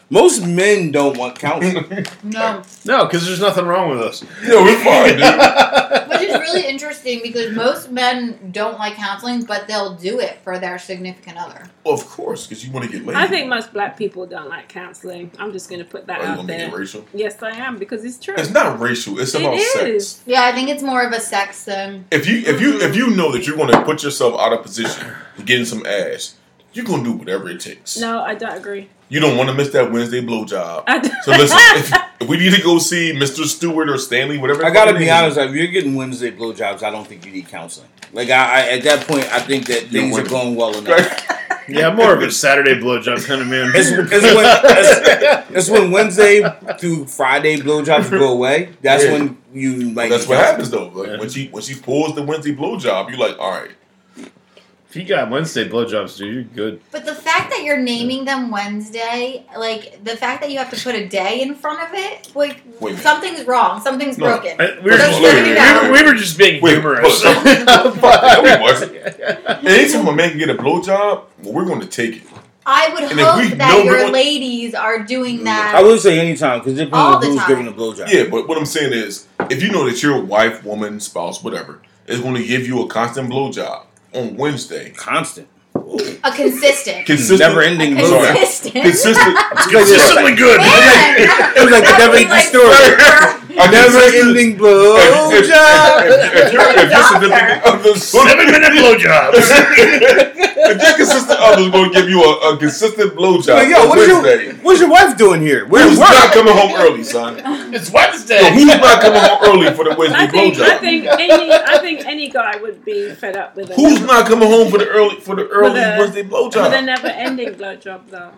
Most men don't want counseling.
No.
no, because there's nothing wrong with us.
Yeah, we're fine, dude.
Which is really interesting because most men don't like counseling, but they'll do it for their significant other.
of course, because you want to get laid.
I think most black people don't like counseling. I'm just going to put that
Are Oh, you
out
gonna make
there.
it racial?
Yes, I am because it's true.
It's not racial. It's
It
about
is.
sex.
Yeah, I think it's more of a sex thing.
If you if you if you know that you're gonna put yourself out of position, for getting some ass, you're gonna do whatever it takes.
No, I don't agree.
You don't want to miss that Wednesday blowjob.
I don't.
So listen, if, if we need to go see Mr. Stewart or Stanley, whatever.
I gotta
fucking
be
name
honest. If you're getting Wednesday blowjobs, I don't think you need counseling. Like I, I at that point, I think that things are
winning.
going well
is.
enough.
Yeah, more of a Saturday blowjob kind of man.
It's, it's, when, it's, it's when Wednesday through Friday blowjobs go away. That's
Yeah.
when you like.
That's what happens though. Like
Yeah.
when she when she pulls the Wednesday blowjob, you're like, all right,
if you got Wednesday blowjobs, dude, you're good.
But the fact that you're naming them Wednesday, like the fact that you have to put a day in front of it, like
Wait a minute.
something's wrong, something's
No,
broken.
I- we, were
That's
just,
what
we,
we
were,
got.
we were just being
Wait,
humorous.
hold
But-
Wait, what? anytime a man can get a blowjob, well, we're going to take it.
I would
And if we
hope
know
that
we
your
want-
ladies are doing that.
I would say anytime because it
All
depends
the
on who's
time.
giving the blowjob.
Yeah, but what I'm saying is, if you know that your wife, woman, spouse, whatever, is going to give you a constant blowjob on Wednesday,
constant.
a consistent,
consistent,
Never
a
ending blowjob.
consistent.
consistent, consistent,
Consistently good.
Man,
It was like the never ending story.
a
Never
consistent-
ending
If, if,
blowjob.
if, if, you're, if you're significant others,
Seven minute blowjobs.
if your consistent others going to give you a, a consistent blowjob
Like, yo,
on
what's
Wednesday,
your, what's your wife doing here? Where
who's
where-
not coming home early, son?
it's
Yo,
Wednesday.
who's not coming home early for the
I
Wednesday
think I
blowjob?
think any I think any guy would be fed up with a
Who's not coming home for the early for the early
With a-
Wednesday
with a
blowjob?
never ending blowjob though.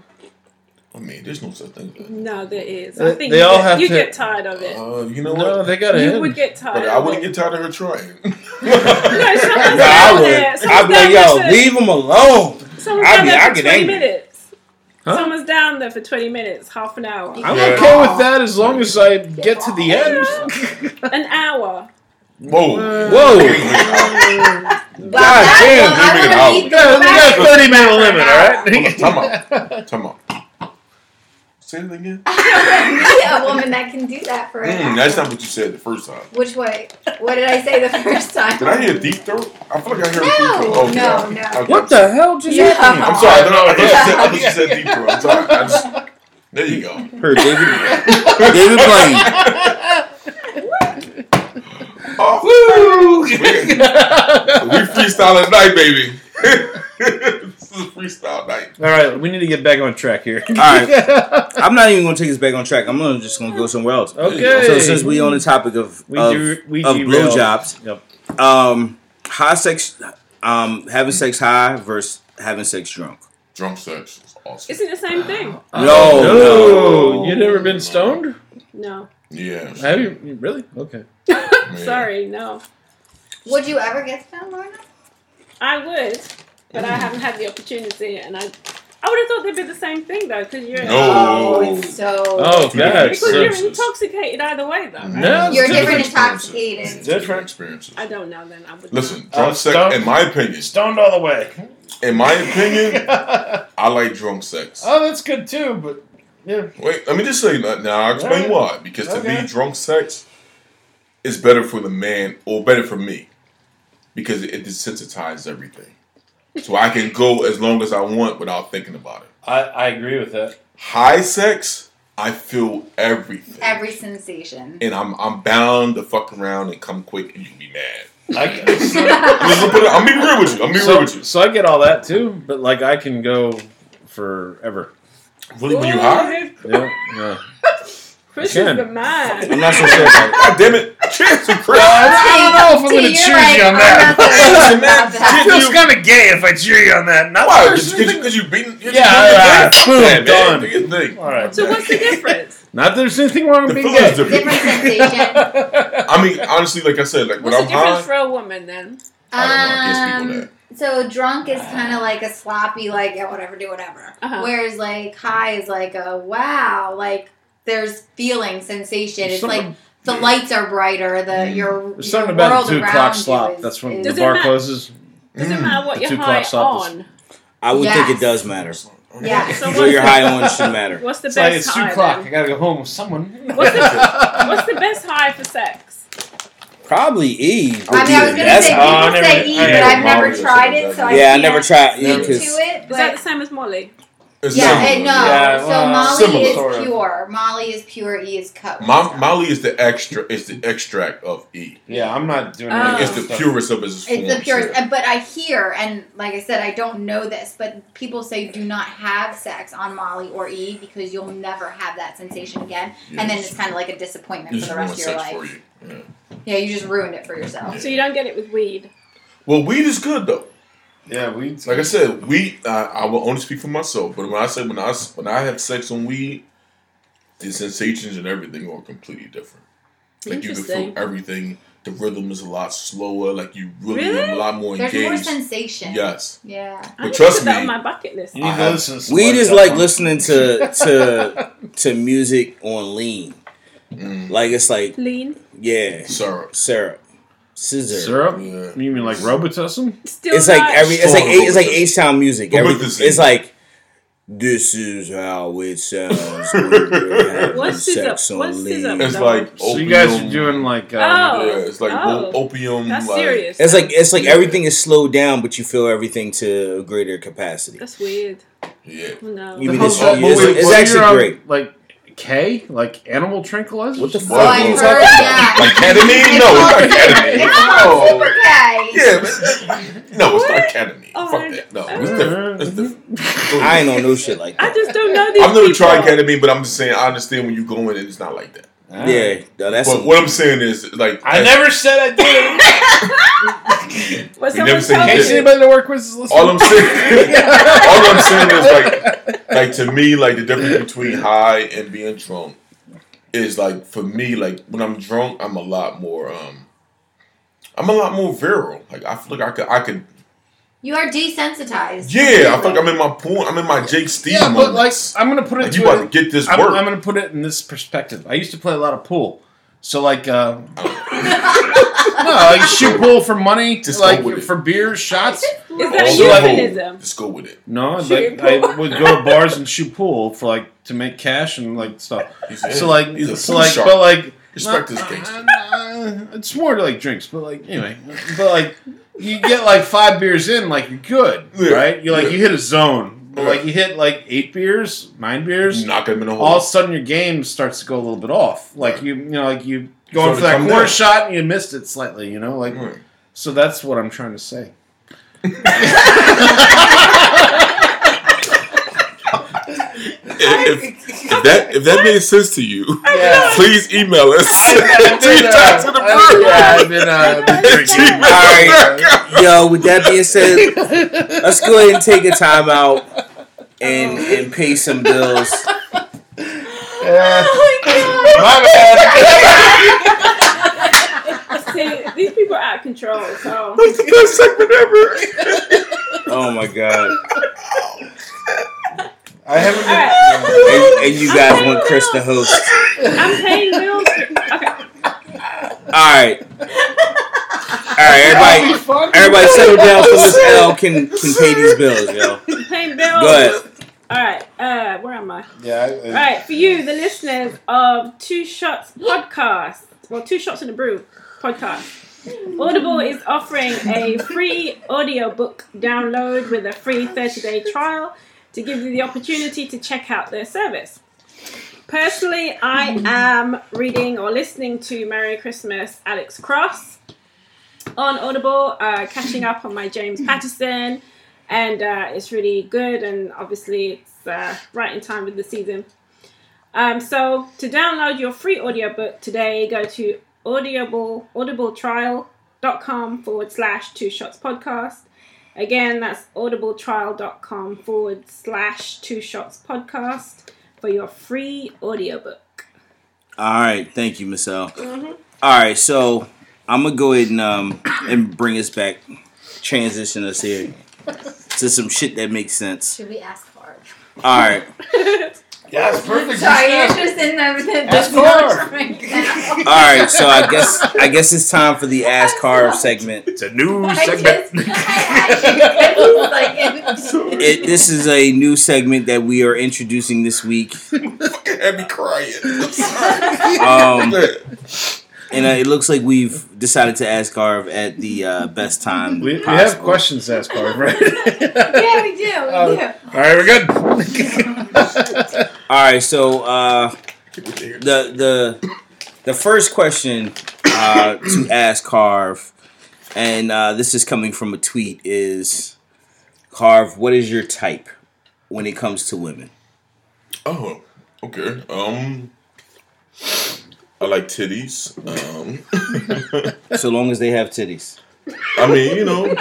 I mean, there's no such thing. as
No, there is.
They-
I think
they
you,
all
get,
have
you
to-
get tired of
that.
it.
Uh, you know
No,
what?
they got
you
it.
would get tired.
But
of
I wouldn't
it.
get tired of her trying.
No, someone's
Nah, I
down
would.
there.
I'd
Someone's
be like,
down there
yo,
for-
leave him alone.
Someone's
I'd
down
be-
there
I'd
for
get
20
angry.
minutes.
Huh?
Someone's down there for 20 minutes, half an hour,
I'm
Yeah.
okay with that as long as I get to the end.
an hour.
Whoa.
Whoa.
well,
God
that-
damn,
well,
leave it
I wanna
out.
meet
Yeah,
them
we got
back.
a 30 minute limit,
Time
all right?
out. Time out. Say it again.
I wanna meet a woman that can do that for an
Mm,
hour.
that's not what you said the first time.
Which way? What did I say the first time?
Did I hear a deep throat? I feel like I heard a
No,
deep throat. Oh,
no,
God.
no.
Okay.
What the hell just
Yeah.
happened?
I'm sorry. I thought, I, thought you said, I thought you said deep throat. I'm sorry. I just, there you go.
Her David, David Blaine.
Oh, we freestyle at night, baby. this is freestyle night.
All right, we need to get back on track here. All
right. I'm not even going to take this back on track. I'm gonna, just going to go somewhere else.
Okay.
So since we on the topic of
We
of,
do- we
of
derailed.
blowjobs,
Yep.
um, high sex, um, having sex high versus having sex drunk.
Drunk sex is awesome.
Isn't it the same
Uh,
thing?
No,
Oh, no. You never been stoned?
No.
yeah.
Have you you- really? Okay.
man.
Sorry, no.
Would you ever get stoned, Lorna?
I would, but I haven't had the opportunity, and I, I would have thought they'd be the same thing though, because you're
No.
Oh, it's so.
Oh
yeah,
yeah,
because you're
it's-
intoxicated either way though. right?
No.
You're different
experiences.
intoxicated.
Different.
experiences.
I don't know. Then I would.
Listen,
Uh,
drunk sex.
stone-
In my opinion,
stoned all the way.
in my opinion,
oh,
I like drunk sex.
that's good too, but yeah.
Wait, let me just say that now. I'll explain
Alright.
why. Because to
Okay.
me, drunk sex is better for the man, or better for me, because it desensitizes everything. So I can go as long as I want without thinking about it.
I, I agree with that.
High sex, I feel everything,
Every sensation.
and I'm I'm bound to fuck around and come quick, and you be mad.
I,
I'm just gonna put it- I'm being real with you. I'm being real
so,
with you.
so I get all that too, but like I can go forever.
Really, when you
Ooh,
high?
Yeah, yeah.
Chris
You
is
can.
the man.
I'm not so sure. About it.
God damn it, chance to Chris.
I don't know if I'm
See,
going to
you're
choose
like,
you on
I'm
that.
not so sure about that.
It feels kind of gay if I cheer you on that. Not
Why? Because
personally.
you, 'cause you beating. you're
Yeah,
just beating
alright,
the game.
boom,
Yeah, man,
done.
do your thing.
All right.
So what's the difference?
Not that there's anything wrong
The
with being
feeling's
gay.
different.
Different sensation.
I mean, honestly, like I said, like when
What's the
I'm
difference
high,
for a woman then?
I don't know. I guess people
Um, so drunk is kind of like a sloppy, like yeah, whatever, do whatever.
Uh-huh.
Whereas like high is like a wow, like there's feeling, sensation. It's
Something-
like the
yeah.
lights are brighter. The
Mm.
your
There's something
your
about
world
the two
around
o'clock
you
slop.
is-
That's when
is-
the
Does it
bar
matter?
closes.
Doesn't
Mm,
matter what
the
you're
two
high
clock stoppers.
on.
I would think
Yes.
it does matter.
Yeah.
So
Where
what's
you're
the,
high on should matter.
what's the
It's like
best
it's two
high?
o'clock. I
then?
gotta go home with someone.
What's the, what's the best high for sex?
Probably Eve.
I mean, I was gonna
That's
say people
Oh, I never-
say E,
I
but
never
I've never
bothered
tried
with
it, so I
yeah, I
can't
never tried
speak
Eve
to
because
it.
Is that
But
the same as Molly?
It's
yeah,
similar.
and uh, no.
Yeah,
so
well,
Molly
similar,
is
sort of.
pure. Molly is pure. E is coke.
Mo- Molly is the extra. Is the extract of E.
Yeah, I'm not doing
Oh.
any
It's
of that
the
stuff.
purest of its forms.
It's the purest.
yeah.
and But I hear, and like I said, I don't know this, but people say do not have sex on Molly or E because you'll never have that sensation again. And then
Yes.
it's kind of like a disappointment
This is
for the
more
rest of your
sex for
life.
you. Yeah.
Yeah, you just ruined it for yourself.
So you don't get it with weed.
Well, weed is good though.
Yeah, we.
Like I said, weed. I, I will only speak for myself, but when I say when I s- when I have sex on weed, the sensations and everything are completely different. Like you can feel
Interesting.
everything. The rhythm is a lot slower. Like you really,
Really?
are a lot more
There's more
engaged.
sensation.
yes,
Yeah.
I
But
need to
trust
put that
me-
on my bucket list.
you need
I
to
have-
listen to some
Weed
Led
is like
Zeppelin.
listening to to to music on lean.
Mm.
Like it's like
Lean.
yeah,
syrup.
syrup, scissor.
syrup.
Yeah.
You mean like Robitussin?
Still
It's like
not-
every. It's like
Horrible.
it's like H Town music.
But
Every,
with the
it's
scene.
like this is how it sounds. when you're having
What's scissor-
sex on
what's
lean.
scissor?
It's like opium.
So you guys are doing like. Um,
Oh.
Yeah, it's like
Oh.
opium.
That's
like,
serious.
It's like it's like
Yeah.
everything is slowed down, but you feel everything to a greater capacity.
That's weird. Oh,
Yeah.
No.
You mean
the
it's,
whole-
it's,
wait,
it's
what
actually
you're on,
great.
Like K, like animal tranquilizers.
What the fuck
Whoa,
So
are
I
you
heard
talking about?
that.
Academy? No, it's not academy.
It's called
No.
Super K.
Yeah, but no, it's not academy.
Oh
Fuck
my
that. No,
God.
it's different. It's
Mm-hmm.
different.
I ain't on no shit like
I
that.
just don't know these
I've never
people.
tried academy, but I'm just saying I understand when you go in and it's not like that.
Yeah, no, that's
but what I'm saying is like
I never said I did.
Well,
We never
someone told
seen this.
In case
me.
anybody that work with is listening.
all I'm saying. all I'm saying is like, like to me, like the difference between high and being drunk is like for me, like when I'm drunk, I'm a lot more, um, I'm a lot more virile. Like I feel like I could, I could,
You are desensitized.
yeah, I feel like I'm in my point. I'm in my Jake Steve.
yeah, but like
moments.
I'm gonna put it
Like,
to
you
it-
about to get this
I'm,
work.
I'm gonna put it in this perspective. I used to play a lot of pool, so like, uh, no, like shoot pool for money,
Just go with
like
it.
for beer, shots.
Is
All
that a
the whole-
euphemism?
Just go with it.
No,
Shooting
like I would go to bars and shoot pool for like to make cash and like stuff.
He's,
So like,
he's a
so
pool
like,
shark.
but like,
Respect this
uh,
gangster.
uh, It's more to like drinks, but like anyway, but like you get like five beers in, like you're good,
Yeah.
right? You like
Yeah.
you hit a zone, but
Yeah.
like you hit like eight beers, nine beers,
knock him in the hole.
all of a sudden your game starts to go a little bit off. Like you, you know, like you going
Sort of
for that
come
corner
down.
shot and you missed it slightly. You know, like
Right.
so that's what I'm trying to say.
if, if- if that if that made sense to you,
Yeah.
please email us. Three times in a row.
yeah, I've been, uh, I've been drinking.
All right, yo. With that being said, let's go ahead and take a time out and and pay some bills.
Yeah.
Oh my god.
My bad.
See, these people are out of control. So
That's the best segment ever.
Oh my god!
I haven't been.
Alright.
And, and you guys want Chris to host?
I'm paying bills. For, okay.
All right, all right, everybody.
Fuck.
Everybody settle down so Miss L can can pay these bills, yo.
paying bills.
Go ahead.
All right. Uh, where am I?
Yeah. I- I-
All right. For you, the listeners of Two Shots Podcast, well, Two Shots in a Brew Podcast, Audible is offering a free audiobook download with a free 30 day trial to give you the opportunity to check out their service. Personally, I am reading or listening to Merry Christmas Alex Cross on Audible, uh, catching up on my James Patterson, and uh, it's really good. And obviously, it's uh, right in time with the season. Um, so, to download your free audiobook today, go to audible audibletrial.com forward slash two shots podcast. Again, that's audibletrial.com forward slash two shots podcast for your free audiobook.
All right, thank you, Miss L. All right, so I'm gonna go ahead and um and bring us back, transition us here to some shit that makes sense.
Should we ask hard?
All right,
yeah, it's perfect.
Sorry, you're
Just-
just in the
Ask
just
hard.
not right now.
all right. So I guess I guess it's time for the ass carve segment.
It's a new
I just,
segment.
I actually was like,
It, this is a new segment that we are introducing this week.
Had me crying. I'm
Um,
sorry.
and uh, it looks like we've decided to ask carve at the uh, best time.
We, we have
possible.
questions asked, Barb, right?
yeah, we do, we
Um,
do.
All right, we're good.
All right, so uh, the the the first question uh, to ask Carve, and uh, this is coming from a tweet is Carve, what is your type when it comes to women?
oh, okay. Um, I like titties. Um,
So long as they have titties.
I mean, you know,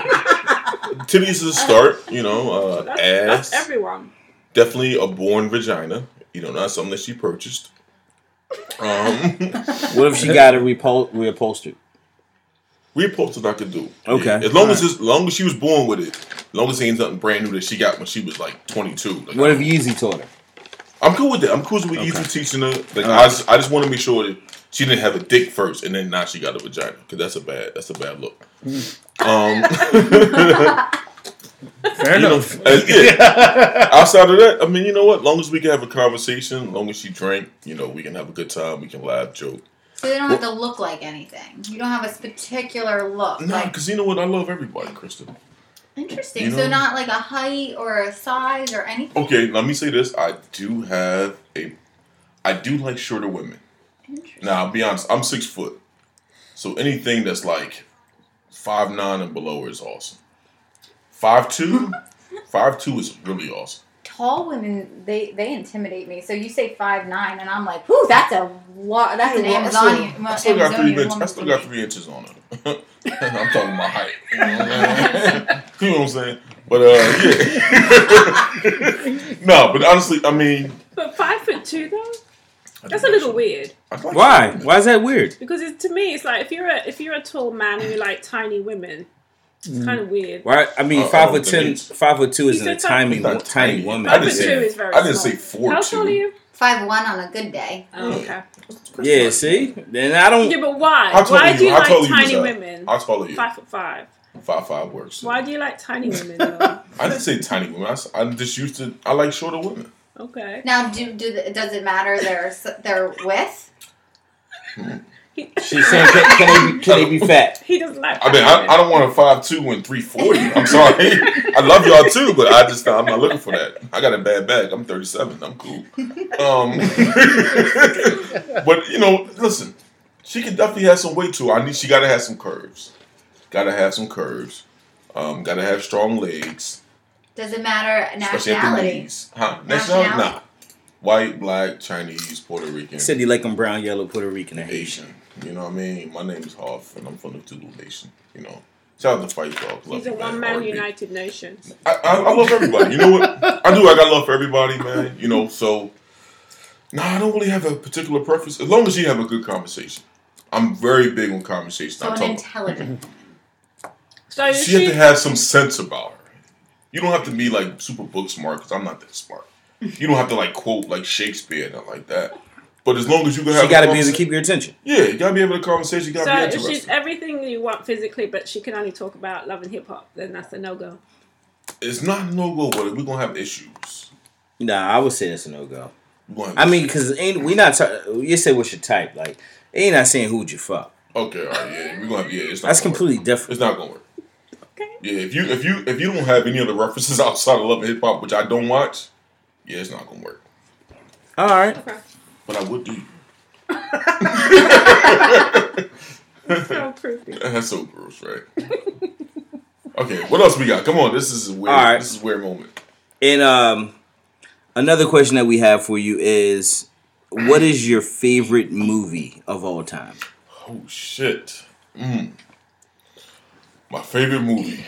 Titties is a start, you know, uh,
That's, that's
ass.
everyone.
Definitely a born vagina. You know, not something that she purchased. Um,
What if she got it repol- reupholstered?
reposted I could do.
Okay.
Yeah, As long as
Alright.
as long as she was born with it. As long as it ain't something brand new that she got when she was like 22. Like,
What if Yeezy taught her?
I'm cool with that. I'm cool with
Okay.
you two teaching her. Like I
Alright.
just, I just want to make sure that she didn't have a dick first, and then now she got a vagina because that's a bad that's a bad look.
Mm.
um,
Fair
you know,
enough.
uh, yeah. outside of that, I mean, you know what? Long as we can have a conversation, long as she drank, you know, we can have a good time. We can laugh, joke.
So they don't have to look like anything. You don't have a particular look.
Nah,
like,
because you know what? I love everybody, Kristen.
interesting.
you know-
so not like a height or a size or anything.
Okay, let me say this. I do have a, I do like shorter women.
Interesting.
Now, I'll be honest. I'm six foot, so anything that's like five nine and below is awesome. Five two, five two is really awesome.
Tall women, they they intimidate me. So you say five nine, and I'm like, whoo, that's a lot. That's an
Well, I
Amazonian.
still- I
well,
still got three
Amazonian
inches.
woman
I
for
still got
me.
three inches on her. I'm talking about height. You know what I'm saying? You know what I'm saying? But uh, yeah. no, but honestly, I mean,
But five foot two though, that's a little weird.
I like
Why? Why is that weird?
Because it's, to me, it's like if you're a if you're a tall man and you like tiny women, it's
Mm.
kind of weird.
Why? I mean,
Uh,
five
oh,
foot
the
ten,
meat.
five foot two
He
isn't a
said five-
tiny,
It's not
wo- tiny
tiny.
woman.
I didn't
Five foot two
say-
is very
I didn't
small.
say four
How
two.
tall are you?
Five one on a good day.
Oh, okay.
Yeah, see, then I don't.
Yeah, but why?
How tall
Why
are
do
you?
you
How
like
tall are you,
tiny
Zach?
women?
How tall are you?
Five foot five.
Five five works.
Why do you like tiny women though?
I didn't say tiny women. I, s- I just used to. I like shorter women.
Okay.
Now, do, do the- does it matter their s- their width?
She's saying, can, can they be, can they be fat?
He doesn't like.
I mean,
tiny
I,
women.
I don't want a five two and three forty. I'm sorry. I love y'all too, but I just I'm not looking for that. I got a bad bag. I'm 37. I'm cool. Um, but you know, listen, she could definitely have some weight too. I need. She got to have some curves. Got to have some curves. Um, got to have strong legs,
Does it matter
especially at the
nationality?
knees. Huh? Nationality?
Nationality.
Nah. White, black, Chinese, Puerto Rican.
Said you like them brown, yellow, Puerto Rican, and Haitian.
Asian. You know what I mean? My name is Hoff, and I'm from the Tulu Nation. You know, shout out to Fight Dog. Love
He's a
you,
one man
R&B.
United Nations.
I, I, I love everybody. You know what? I do. I got love for everybody, man. You know, so no, I don't really have a particular preference. As long as you have a good conversation, I'm very big on conversation.
So
I'm
an
talking-
intelligent.
So
she,
she,
have to have some sense about her. You don't have to be like super book smart because I'm not that smart. You don't have to like quote like Shakespeare and nothing like that. But as long as you can have,
She
a
got to be able
conversa-
to keep your attention.
Yeah, you gotta be able to conversation. You gotta
so
be
if
interested.
she's everything you want physically, but she can only talk about love and hip hop, then that's a no go.
It's not no go with it. We're gonna have issues.
Nah, I would say that's a no go.
We're gonna have
I mean, because ain't we not? ta- you say what's your type? Like, ain't not saying who'd you fuck.
okay, all right, yeah, we're gonna have yeah. It's not
That's
gonna work.
completely different.
It's not gonna work.
Okay.
Yeah, if you if you if you don't have any other references outside of love and hip hop, which I don't watch, yeah, it's not gonna work.
All right.
Okay.
But I would do you.
So creepy.
That's so gross, right? okay, what else we got? Come on, this is a weird.
All right.
This is a weird moment.
And um, another question that we have for you is, what is your favorite movie of all time?
Oh shit. Mm. My favorite movie.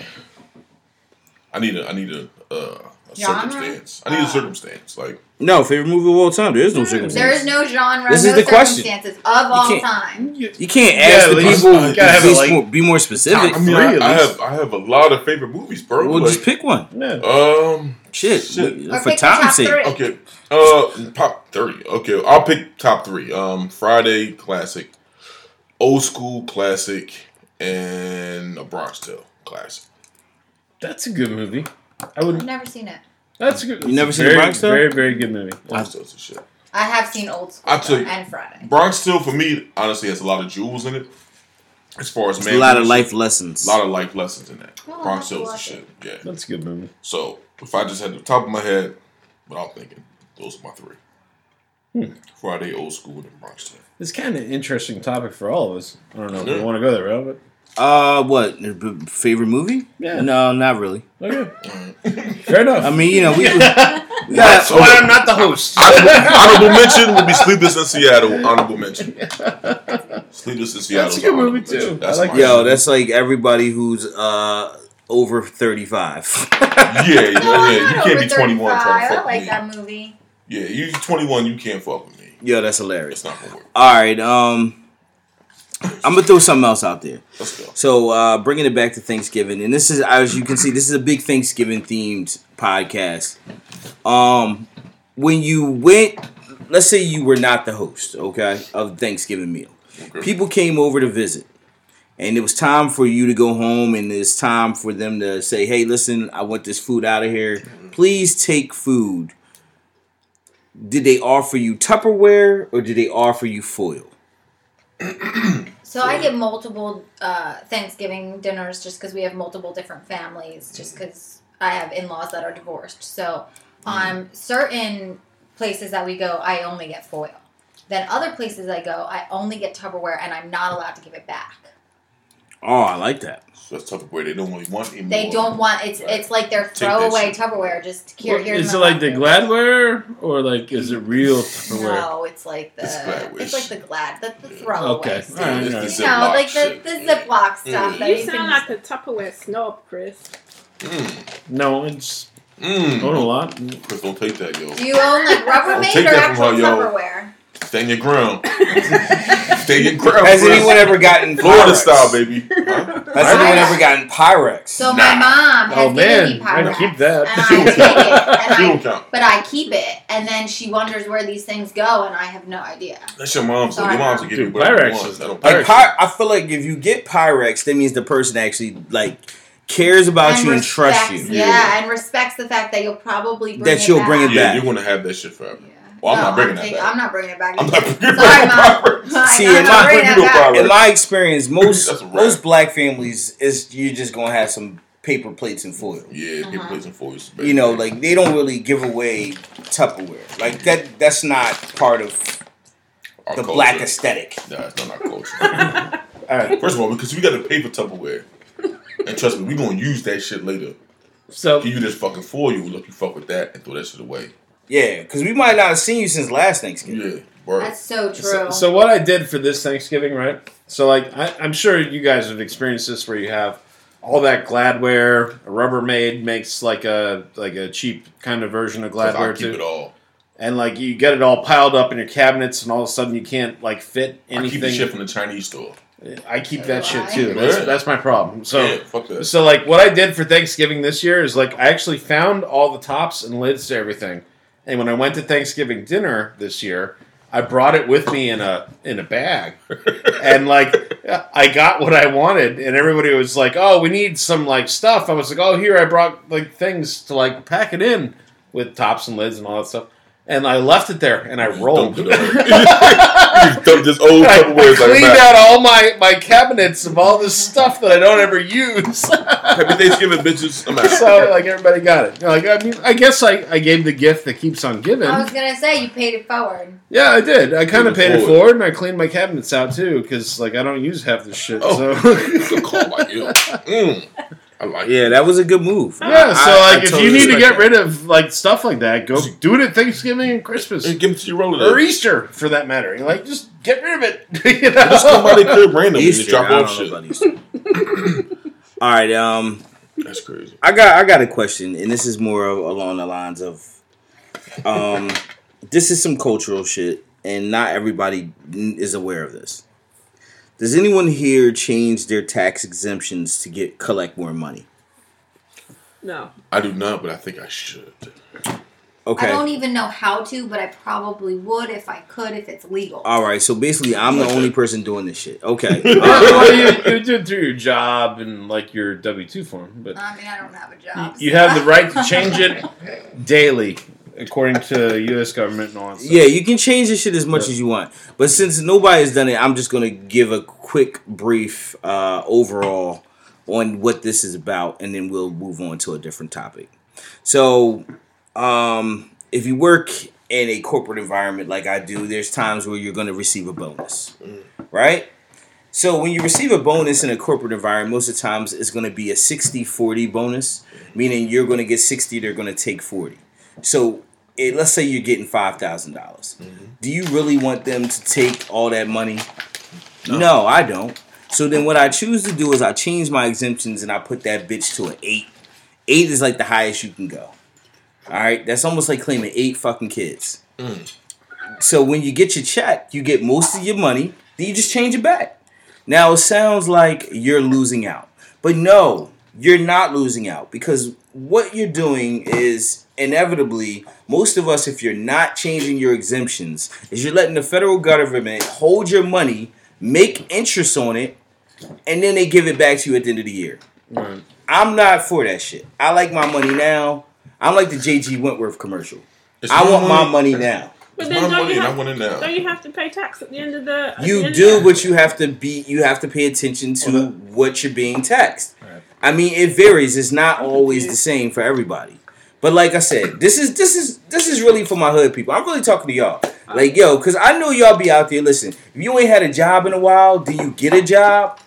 I need a I need a, uh, a
Genre?
circumstance. I need a
Uh.
circumstance. Like
No, favorite movie of all time. Mm, There is no circumstance.
there is no genre.
This
no
is the question.
circumstances of all
can't-
time.
You can't
Yeah,
ask
at
the
least-
people.
you
to
gotta
have
be
it, like,
more- be more specific.
I mean,
Three
I,
at
I have
least.
I have a lot of favorite movies, bro.
We'll
like,
just pick one.
Yeah.
Um.
Shit,
Shit.
we-
Or
for
pick the top
time's sake.
three.
Okay. Uh, top three. Okay, I'll pick top three. Um, Friday classic, old school classic, and a Bronx Tale classic.
That's a good movie. I
I've
would.
never seen it.
That's a good.
You never
it's a
seen The
very,
Bronx Tale?
Very, very good movie.
Bronx Tale's the shit.
I have seen Old School
I took-
though, and Friday.
Bronx Tale for me, honestly, has a lot of jewels in it. As far as
It's a lot of
condition,
life lessons.
a lot of life lessons in that.
Oh,
Bronx
I
Tale's the
love
shit.
it.
Yeah.
That's a good movie.
So if I just had the top of my head, without thinking, those are my three.
Hmm.
Friday, old school, and Bronx Tale.
It's kind of an interesting topic for all of us. I don't know if
Yeah.
we want to go there, route,
uh, what your b- favorite movie?
Yeah.
No, not really.
but okay. Fair enough.
I mean, you know, we. we
that's
got,
why I'm not the host.
honorable mention would be Sleepless in Seattle. Honorable mention. Sleepless in Seattle.
That's a good movie, too. I like
my-
yo, that's like everybody who's uh over 35.
Yeah, yeah,
No, I'm
yeah. You
not
can't
over
be 21 trying
35.
to
I
fuck
like
with me.
that movie.
Yeah, you 21, you can't fuck with me.
Yo, that's hilarious.
It's not gonna work.
All right, um, I'm gonna throw something else out there.
Let's go.
So uh, bringing it back to Thanksgiving, and this is as you can see, this is a big Thanksgiving themed podcast. Um, when you went, let's say you were not the host, okay, of the Thanksgiving meal. People came over to visit, and it was time for you to go home, and it's time for them to say, "Hey, listen, I want this food out of here. Please take food." Did they offer you Tupperware or did they offer you foil?
So I get multiple uh, Thanksgiving dinners just because we have multiple different families, just
Mm.
because I have in laws that are divorced. So on certain places that we go, I only get foil. Then other places I go, I only get Tupperware and I'm not allowed to give it back.
Oh, I like that.
So that's Tupperware. They don't really want anymore.
They don't want it's
Right.
it's like their
that
throwaway
shit.
Tupperware. Just here,
Well,
here's
is it
my
like the
leftovers.
Gladware or like is it real Tupperware?
No, it's like the
It's Gladware.
it's, like the glad the, the throwaway.
Okay.
stuff.
All right,
It's
all
the
right.
You know,
Ziploc
like the,
shit.
the Ziploc stuff.
Mm.
That
You
can
sound like a Tupperware snob, Chris.
Mm,
No, it's
mm.
own a lot.
Chris, don't take that, yo.
Do you own like Rubbermaid
take
or
that from
actual
her, yo.
Tupperware?
Stand your ground. Stand your ground.
Has
Chris.
anyone ever gotten
Florida
Pyrex?
style, baby. Huh?
Has anyone ever gotten Pyrex?
So my mom has
Oh
given
man,
me
I
Pyrex,
keep
and
that.
I take it,
She
and I,
don't count.
but I keep it, and then she wonders where these things go, and I have no idea.
That's your mom's. Your mom's will give you
Dude,
whatever you
Pyrex
want.
is-
That don't
Like
matter.
Py- I feel like if you get Pyrex, that means the person actually like cares about you and trusts
respects-
you.
Yeah,
Yeah.
and respects the fact that you'll probably bring
That
it
you'll
back.
bring it
Yeah,
back.
you're gonna have that shit forever.
Yeah.
Well, I'm not bringing
I'm
that
taking-
back.
I'm not bringing it back.
I'm
either.
not bringing
Sorry,
back
Mom. Like,
See,
I'm
and
not
my-
bringing
you
it
know,
back.
Pyrex.
In my experience, most
That's a wrap.
most black families is you're just gonna have some paper plates and foil.
Yeah, people
Uh-huh.
play some foils.
You know, like they don't really give away Tupperware. Like that. That's not part of the black aesthetic. Uh,
Nah, it's not our culture.
All right.
First of all, because we got to pay for Tupperware, and trust me, we gonna use that shit later.
So
Give you this fucking foil, you look, you fuck with that, and throw that shit away.
Yeah, because we might not have seen you since last Thanksgiving.
Yeah, word.
That's so true.
So, so what I did for this Thanksgiving, right? So like I, I'm sure you guys have experienced this where you have all that Gladware. Rubbermaid makes like a like a cheap kind of version of
'Cause I
Gladware
keep it
too,
all.
and like you get it all piled up in your cabinets, and all of a sudden you can't like fit
I keep the
anything.
shit from the Chinese store.
I keep that
So
shit
do
too.
I.
That's,
Yeah.
that's my problem. So.
yeah, fuck that.
So like what I did for Thanksgiving this year is like I actually found all the tops and lids to everything. And when I went to Thanksgiving dinner this year, I brought it with me in a in a bag. And like I got what I wanted and everybody was like, "Oh, we need some like stuff." I was like, "Oh, here I brought like things to like pack it in with tops and lids and all that stuff." And I left it there and I rolled.
Dump it away. you just dump this old
I, I
Tupperware like
cleaned
that.
out all my, my cabinets of all this stuff that I don't ever use.
Happy Thanksgiving, bitches. I'm out.
so like everybody got it. Like I mean, I guess I, I gave the gift that keeps on giving.
I was gonna say you paid it forward.
yeah, I did. I kind of
Paid it
paid it
forward.
forward, and I cleaned my cabinets out too because like I don't use half this shit.
Oh,
So
good call by you. Mm. I like it.
Yeah, that was a good move.
yeah, so
I- I
like if
totally
you need to
respect that.
get rid of like stuff like that, go do it at Thanksgiving and Christmas
And give it to your relative.
or Easter for that matter. Like just get rid of it. you
Just come by
know?
their crib randomly and just
Easter,
drop
I
off
don't know
shit.
about Easter. All right, um,
That's crazy.
I got I got a question, and this is more of, along the lines of, um, this is some cultural shit, and not everybody n- is aware of this. Does anyone here change their tax exemptions to get collect more money?
No.
I do not, but I think I should.
I don't
Okay.
even know how to, but I probably would if I could, if it's legal.
All right. So basically, I'm the
Okay.
only person doing this shit. Okay. Um,
well, you, you do it through your job and like your W two form, but
I mean, I don't have a
you,
job.
you
so-
have the right to change it daily according to U.S. government and all that stuff.
Yeah, you can change this shit as much as you want. But since nobody's done it, I'm just gonna give a quick, brief uh, overall on what this is about, and then we'll move on to a different topic. So, um, if you work in a corporate environment like I do, there's times where you're gonna receive a bonus, right? So when you receive a bonus in a corporate environment, most of the times it's going to be a 60-40 bonus, meaning you're going to get 60, they're going to take 40. So it, let's say you're getting five dollars. Do you really want them to take all that money? No, I don't. So then what I choose to do is I change my exemptions and I put that bitch to an eight. Eight is like the highest you can go. All right, that's almost like claiming eight fucking kids. So when you get your check, you get most of your money. Then you just change it back. Now it sounds like you're losing out, but no, you're not losing out because what you're doing is inevitably most of us, if you're not changing your exemptions, is you're letting the federal government hold your money, make interest on it, and then they give it back to you at the end of the year.
Right.
I'm not for that shit. I like my money now. I'm like the JG Wentworth commercial.
It's
I want my money now.
But
It's
then
my
don't
money
you
and I
have
want it now.
don't you have to pay tax at the end of the? at the
You
end
do,
of the-
but you have to be. You have to pay attention to what you're being taxed. I mean, it varies. It's not always the same for everybody. But like I said, this is this is this is really for my hood people. I'm really talking to y'all. Like yo, cause I know y'all be out there. Listen, if you ain't had a job in a while, do you get a job?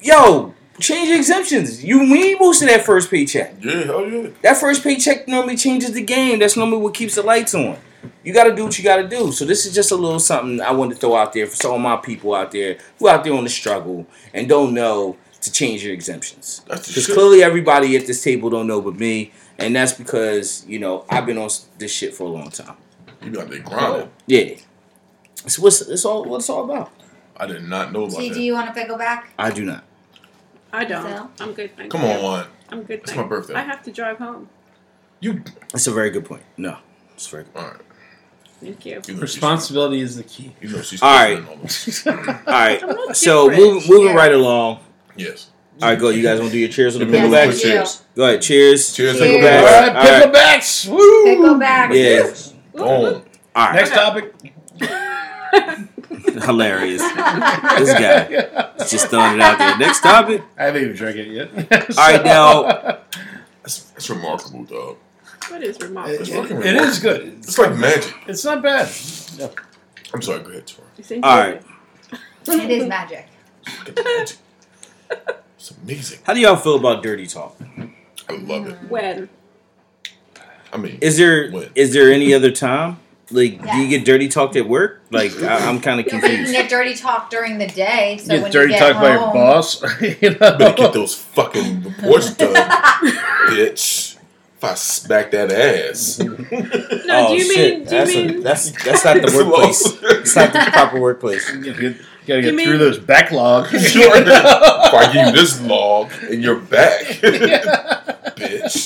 Yo, change your exemptions. You need most of that first paycheck.
Yeah, hell yeah.
That first paycheck normally changes the game. That's normally what keeps the lights on. You got to do what you got to do. So this is just a little something I wanted to throw out there for all my people out there who out there on the struggle and don't know to change your exemptions.
That's the
Because
shit.
clearly everybody at this table don't know but me, and that's because you know I've been on s- this shit for a long time.
You be out there grinding.
Yeah, it's what's it's all what it's all about.
I did not know about
T, do
that.
you want to pickle back?
I do not.
I don't.
So?
I'm good. Thank
Come
you.
on.
I'm good.
It's
thank
my
you.
birthday.
I have to drive home.
You.
That's a very good point. No, it's very good.
All right.
Thank you.
You know
Responsibility is the key.
she's- You know she's.
All right.
different on us.
All right,
I'm not
so
different.
moving moving
Yeah.
right along.
Yes.
All right, go. You guys want to do your cheers with the
Yes,
pickleback?
we do.
Cheers.
Go ahead. Cheers.
Cheers.
Cheers.
Nickelback.
All right.
picklebacks! Woo!
Pickle back.
Yeah.
Boom.
All right.
Next topic.
Hilarious. This guy is just throwing it out there. Next topic.
I haven't even drank it yet.
All right, now
That's, that's remarkable, dog.
What is
It-
remarkable?
it- it is good. It's,
It's like magic.
it's not bad.
I'm sorry. Go ahead, Tori.
It's in
All right.
here.
It is magic.
Look at the magic. It's amazing.
how do y'all feel about dirty talk?
I love it.
When?
I mean,
Is there is
What?
there any other time? Like, do you
Yes.
get dirty talked at work? Like, I, I'm kind of
You can
confused.
get dirty talk during the day. So
you
when
get dirty
you get
talked by
home,
your boss. you
better get
know?
those fucking reports done, bitch. If I smack that ass, Oh,
No, do you
Oh, shit.
mean? Do you
that's, a-
mean?
that's that's not the
It's a long-
workplace. It's not the proper workplace.
You gotta get
You
through
mean-
those backlog.
if I give you this log and you're back, bitch.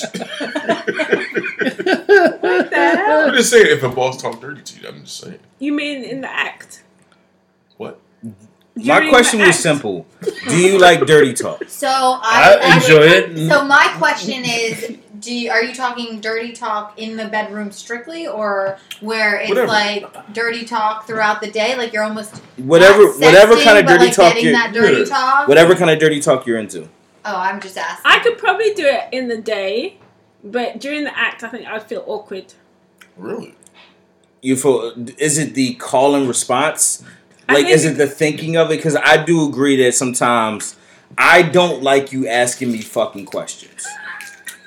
what the hell?
I'm just saying, if a boss talk dirty to you, I'm just saying.
You mean in the act?
What?
During
My
the
question was
act.
simple. Do you like dirty talk?
So I,
I enjoy it.
So my question is, do you, are you talking dirty talk in the bedroom strictly, or where it's
Whatever.
like dirty talk throughout the day? Like you're almost not
Whatever whatever
sexting,
kind of
but,
dirty
like
talk
Getting
you
that dirty
Yeah.
talk.
whatever kind of dirty talk you're into.
Oh, I'm just asking.
I could probably do it in the day, but during the act, I think I'd feel awkward.
Really?
you feel is it the call and response
I
like is it
think-
the thinking of it because i do agree that sometimes i don't like you asking me fucking questions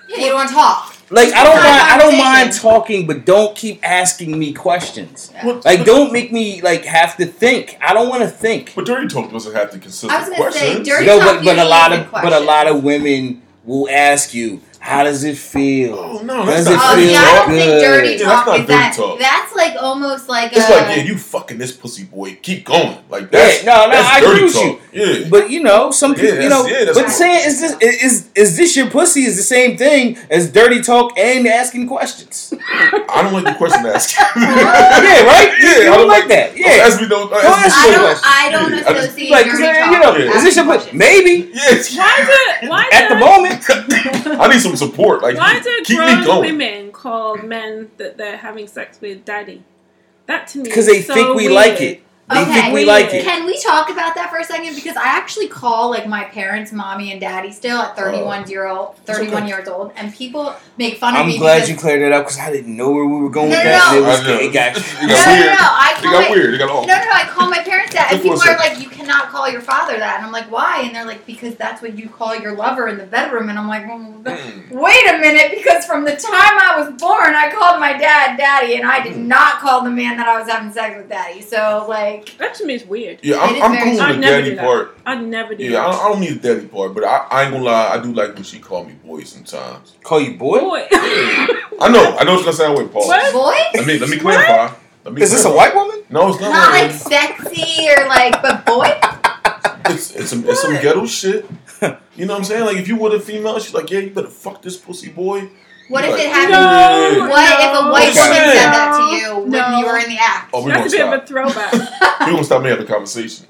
Yeah, you don't want to talk.
like i don't
It's not
mind
a
i don't mind
conversation.
talking but don't keep asking me questions
What-
like don't make me like have to think i don't want to think
But dirty talk doesn't have to consist
I was
of
gonna say,
questions.
dirty-
no
talk
but but a
usually
lot
is a
of but a
question.
lot of women will ask you how does it feel
Oh, no,
does
that's
it
not
Oh,
feel
yeah, I don't think
good
dirty
Yeah, that's
talk
not
is
dirty
that.
talk.
That's like almost like
It's
a.
like, yeah, you fucking this pussy boy. Keep going. Like that's
Yeah, no, no,
that's
I
dirty
agree with
talk. Yeah.
But you know, some
Yeah,
people, you know,
that's- yeah, that's
but
right.
saying is this is is this your pussy is the same thing as dirty talk and asking questions.
I don't like the question asking.
yeah, right.
Yeah,
you
I
don't like that.
Don't
Yeah,
ask me no.
Don't ask
I
me
no
don't.
questions.
I don't
Yeah, just-
associate
like
dirty
saying,
talk.
you know,
with
is this your pussy?
asking questions.
Maybe
Yes.
Why do why
at the
do-
moment.
I need some support. Like,
Why do
keep me
grown
going.
women call men that they're having sex with daddy? That to me
Because
is
they
so
think we
weird.
like it. They
Okay.
think we
Weird.
like it.
Can we talk about that for a second? Because I actually call like my parents, mommy and daddy, still
Oh.
at thirty-one year old, thirty-one years old, and people make fun of me.
I'm glad
because-
you cleared it up because I didn't know where we were going
No,
with
no,
that. and
no.
It, was,
I know.
it got
You
No, no,
got
no,
weird.
I
They
call
got
my,
weird. They got all.
No, no, I call my parents that. And
People
people are
say-
like, you cannot call your father that. And I'm like, why? And they're like, because that's what you call your lover in the bedroom. And I'm like, well,
Mm.
wait a minute, because from the time I was born, I called my dad daddy, and I did not call the man that I was having sex with daddy. So, like,
That to me is weird.
Yeah,
It
I'm,
is
I'm
very-
cool
I'd
with the
never do
daddy
that.
part.
I'd never do
Yeah, I don't,
that.
I don't need the daddy part, but I, I ain't gonna lie, I do like when she called me boy sometimes.
Call you boy?
Boy.
I know, I know it's gonna sound weird, Paul.
What?
boy,
Let me let me clarify. Let me
Is this a
clarify.
white woman?
No, it's not.
not
white.
like sexy or like, but boy,
it's, it's, some, it's some ghetto shit. You know what I'm saying? Like if you were a female, she's like, yeah, you better fuck this pussy boy.
what if
Like,
it happened?
No,
What if a
no.
white
Okay.
woman said that to you when
No.
you were in the act?
Oh, we gonna
That's a bit of a
stop.
throwback.
We gonna stop me having a conversation.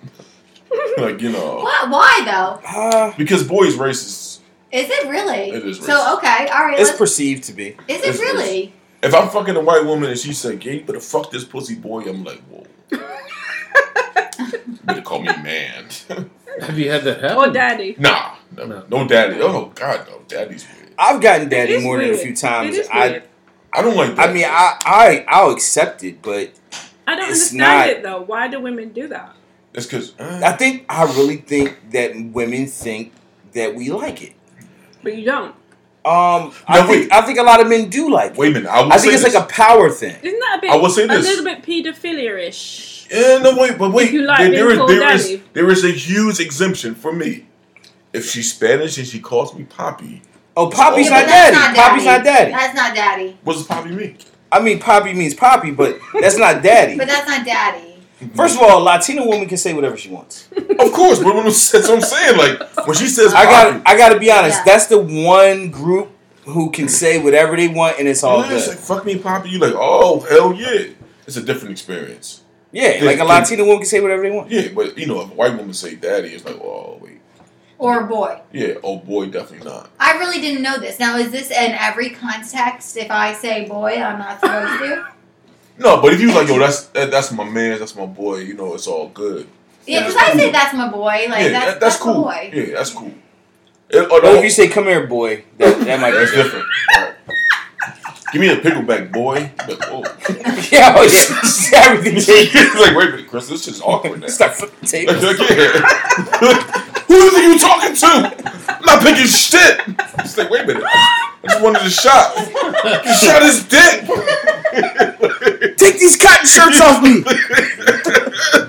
like you know,
Why, why though?
Uh,
because boys racist.
Is it really?
It is racist.
So okay, all right.
it's
Let's,
perceived to be.
is
it's
it really?
If I'm fucking a white woman and she said, yeah, you better fuck this pussy boy, I'm like, whoa. you better call me man.
Have you had that happen?
or daddy.
nah, no,
No.
no daddy. Oh god, no, daddy's weird.
I've gotten
It
daddy
is
more
weird.
than a few times.
It is
I
weird.
I don't like. That.
I mean I I I'll accept it, but
I don't
it's
understand
not-
it though. Why do women do that?
it's uh, because
I think I really think that women think that we like it.
But you don't.
Um I
No,
think
wait.
I think a lot of men do like it.
Wait a minute. I, will
I think
say
it's
this.
like a power thing.
Isn't that a bit?
I will say this.
A little bit pedophilia ish.
Yeah, no wait, but wait.
you like
there-
being
there is
called
there is-
daddy.
there is a huge exemption for me. If she's Spanish and she calls me Poppy,
Oh, Poppy's
Yeah,
not
but that's
daddy. Poppy's not daddy.
That's not daddy.
what does Poppy mean?
I mean, Poppy means Poppy, but that's not daddy.
But that's not daddy.
First of all, a Latina woman can say whatever she wants.
of course, but when- that's what I'm saying. Like when she says
I got,
Poppy,
I got to be honest.
Yeah.
That's the one group who can say whatever they want, and it's all
yeah, it's
good.
like fuck me, Poppy. You like oh hell yeah. It's a different experience.
Yeah, like a
Can-
Latina woman can say whatever they want.
Yeah, but you know if a white woman say daddy, it's like oh wait,
Or a boy.
yeah, oh boy, definitely not.
I really didn't know this. Now, is this in every context? If I say boy, I'm not supposed to?
No, but if you like yo, that's that, that's my man, that's my boy. You know, it's all good.
Yeah, because I say that's my boy. Like,
yeah,
that's,
that- that's,
my
cool.
boy.
Yeah, that's cool. It- oh,
But
no,
if you say "come here, boy," that, that might
That's
be.
different. Give me a pickleback, boy. Like, whoa.
yeah, oh, yeah. everything changes.
It's like, wait a minute, Chris, this is awkward now.
Start flipping
Like,
tables.
like, yeah. Who do you think you talking to? I'm not picking shit. It's like, wait a minute. I just wanted to shot. You shot his dick.
Take these cotton shirts off me.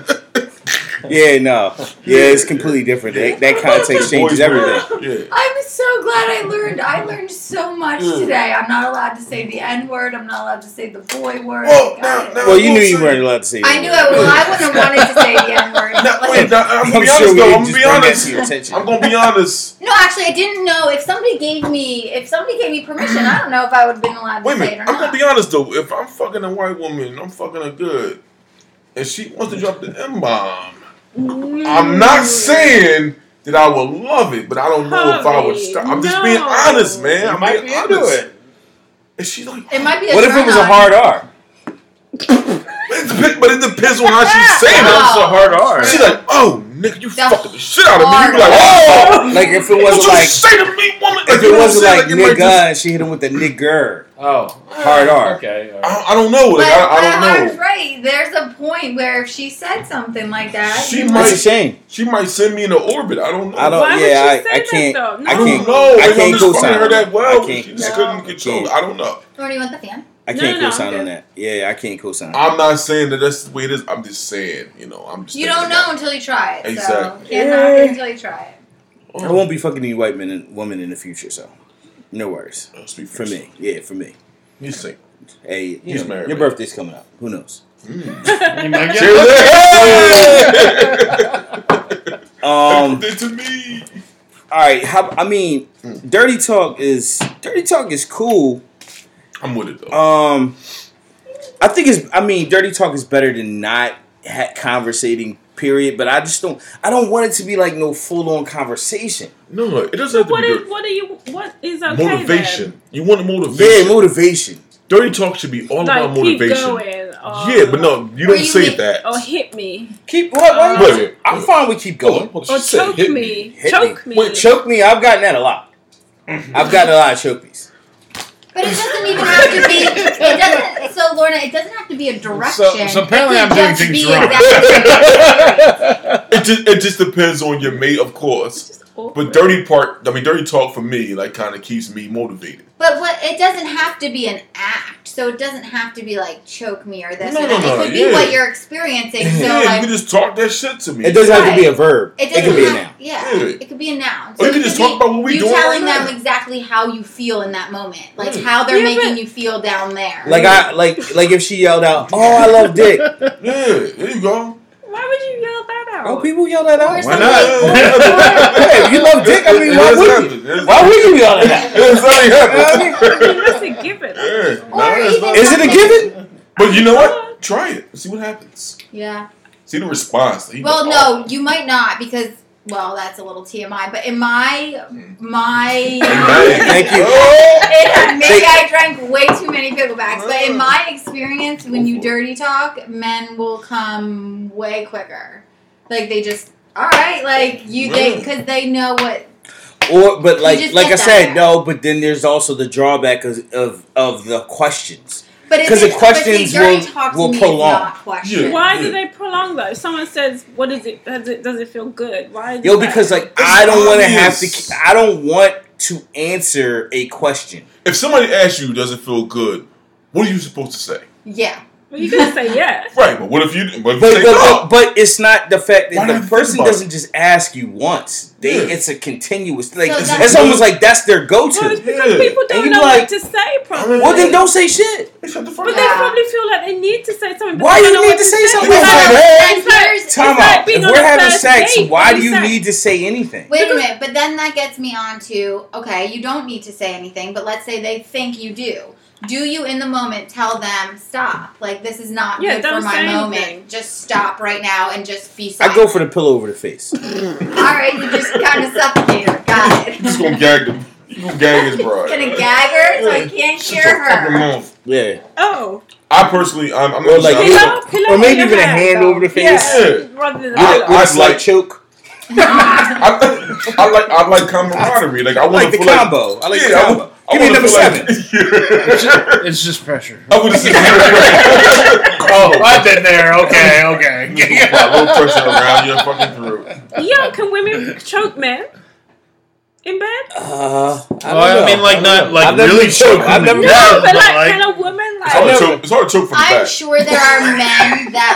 Yeah, no. Yeah, it's completely different. That, that context changes
Boy's
everything.
word. Yeah.
I'm so glad I learned. I learned so much
Yeah.
today. I'm not allowed to say the N word. I'm not allowed to say the boy word.
Whoa, no,
Got it.
no.
Well, you knew you weren't allowed to say.
I
that.
knew I, well, I wouldn't have wanted to say the N word.
Now, wait, now, I'm
I'm
gonna be
sure
honest,
we
though.
didn't
I'm
just bring that
gonna be
to
honest.
your attention.
I'm gonna be honest.
No, actually, I didn't know. If somebody gave me, if somebody gave me permission, I don't know if I would have been allowed to
Wait a
say it
minute.
or
I'm
not.
gonna be honest, though. If I'm fucking a white woman and I'm fucking her good, and she wants to drop the M bomb, I'm
Mm.
not saying that I would love it, but I don't know if I would
Hurry.
stop. I'm just
No.
being honest, man.
You
I'm
might
being
be into
honest.
it.
And she's like,
It might be a
What if it
turn
was a
on.
hard R?
it depends, but it depends on how she's saying
Oh.
it.
That's a hard R.
She's like, oh, nigga, you
The
fucking the shit out of me. You be like,
hard
oh,
Like if it
what
wasn't
you
like
say to me, woman?
if
you
it
know what I'm
wasn't
saying?
like
it might
nigga,
just-
and she hit him with the nigger
Oh,
hard R.
okay. all
I
right.
don't, I don't know. Like, I, I
but
don't
Harv's
know.
right. There's a point where if she said something like that,
She
you
might-
That's a
might-
shame.
She might send me into orbit. I don't know.
I don't.
Why would
yeah,
you
I,
say
I
that,
can't.
though?
I
No.
I
can't.
don't know.
I
Like, I'm
can't
just
co-sign.
fucking her that well.
I can't.
She just
No.
couldn't control. it. I don't know.
or do you want the fan?
I
No,
can't
no, no,
co-sign
I'm
on
good.
that. Yeah, I can't co-sign.
I'm not saying that that's the way it is. I'm just saying, you know, I'm just.
You
thinking
don't know
about-
until you try it.
Exactly.
So can't knock
Yeah.
it until you try it.
I won't be fucking any white men and women in the future, so no worries
Oh, speak
for
yourself.
me. Yeah, for me.
You sing.
Hey, you
He's
know,
married,
your
man.
birthday's coming up. Who knows?
You might get
Cheers.
Um.
They to me.
all right. How, I mean, dirty talk is dirty talk is cool.
I'm with it though.
Um, I think it's. I mean, dirty talk is better than not ha- conversating. Period. But I just don't. I don't want it to be like no full on conversation.
no, it doesn't have to
What
be
is?
dirty.
What are you? What is okay? then?
motivation. You want motivation.
Yeah, motivation.
dirty talk should be all
Like
about
keep
motivation.
going. Or,
Yeah, but no, you
Or
don't
you oh,
say
hit-
that.
Or hit me.
Keep. What,
Um,
what-
Wait a minute.
I'm fine with keep
Hold on,
going.
hold on.
Or
She said
Oh, choke
hit
me.
Hit
Choke me.
Wait, choke me. I've gotten that a lot. I've gotten a lot of choke me's.
But it doesn't even have to be. It doesn't. So Lorna, it doesn't have to be a direction.
So- so apparently
It
I'm
could
doing
just
things
be
wrong.
exactly-
It just it just depends on your mate, of course. But dirty part, I mean, dirty talk for me, like, kind of keeps me motivated.
But what it doesn't have to be an act. So it doesn't have to be like choke me or this.
No,
or
no,
that.
no,
it could
yeah.
be what you're experiencing. So
yeah,
like,
you can just talk that shit to me.
It doesn't have to be a
Right.
verb. It,
It doesn't
can be a
have,
noun.
Yeah,
Yeah.
it could be a noun.
Or you can
it could
just
be
talk about what we
you
doing
telling
right
them
now.
exactly how you feel in that moment, like
Yeah.
how they're
Yeah,
making
but-
you feel down there.
Like I like like if she yelled out, "Oh, I love dick."
Yeah, there you go.
Why would you yell that out?
Oh, people yell that out.
Why
not?
Hey, if you love dick, I mean, why
It's
would you?
happening. It's-
Why would you yell that out?
It's already happening.
I mean,
I mean, that's a given.
Yeah,
Or
nah, it's
even
not-
Is it a given?
But you know what? Try it. See what happens.
yeah.
See the response. You
Well,
go,
no, you might not because well, that's a little TMI. But in my
"Oh,
my.
man."
Thank you.
Oh,
Yeah, Maybe I drank way too many picklebacks, but in my experience, when you
Ooh.
dirty talk, men will come way quicker. Like they just, all right, like you, they, because they know what
Or, but like
just
like I
get that
said,
out.
no. But then there's also the drawback of of, of the questions.
But it
'Cause
is-
the questions
but see, dirty
will-
talk to
will
me is
prolong.
not questions.
Yeah.
Why do they prolong though? If someone says, "What is it? Does it does it feel good?" Why? is
Yo,
that-
because like
It's
I don't want to have
obvious.
to. I don't want to answer a question.
oh, If somebody asks you, does it feel good? What are you supposed to say?
Yeah.
well, you can say yeah.
Right, but what if you? What if you
But
say,
but,
"Oh,
but but it's not the fact
Why
that
don't you
the
think
person
about it?
doesn't just ask you once. They
Yeah.
it's a continuous like
So
it's,
that's-
almost like that's their go
Well, it's
to.
because
Yeah.
people
And you
don't know
like-
what to say. Probably.
Well then don't say shit.
shut the fuck
But
up."
they
Yeah.
probably feel like they need to say something. but
Why
they don't
do
know
you
what
need to say something?
Well,
It's like,
then
hey,
here's-
Time
like
out.
being
If
on
we're
a
having
first
sex,
date,
why
what
do
do
you
you say?
need to say anything?
Wait a minute, but then that gets me on to okay, you don't need to say anything, but let's say they think you do. Do you in the moment tell them stop? Like this is not
Yeah,
good
don't
for
say
my moment.
anything.
Just stop right now and just be
I
silent.
go for the pillow over the face.
All right, you just kind of suffocate her. Got
You just
it.
gonna gag them. You gonna gag his bride.
Gonna gag her so I can't
Shut
hear
your fucking
her.
mouth.
Yeah.
Oh,
I personally, I'm, I'm
Or
gonna
like-
say-
pillow, pillow
Or
on
maybe
your
even a hand
though.
over the
face.
Yeah, rather than a
I-
pillow.
With a
I'd
slight
like-
choke.
I, I like I like camaraderie. Like I want
I like
to
the
feel
combo. I like the
Yeah, I
combo.
I
Give me
wanna
number
feel
seven.
It's
Like,
just, it's just pressure.
I would have seen oh,
I've been there. Okay, okay.
a little pressure around your fucking throat.
Yeah, can women choke men in bed?
Uh, I,
Well,
don't
I
know.
mean, like,
don't
not-
know.
like,
I've never
really
been
choking
choked. I've never
me.
been
No,
Yeah,
but
but
like,
like-
can a woman
It's hard,
like
to
never-
choke, it's hard to choke from the
I'm
back.
sure there are men that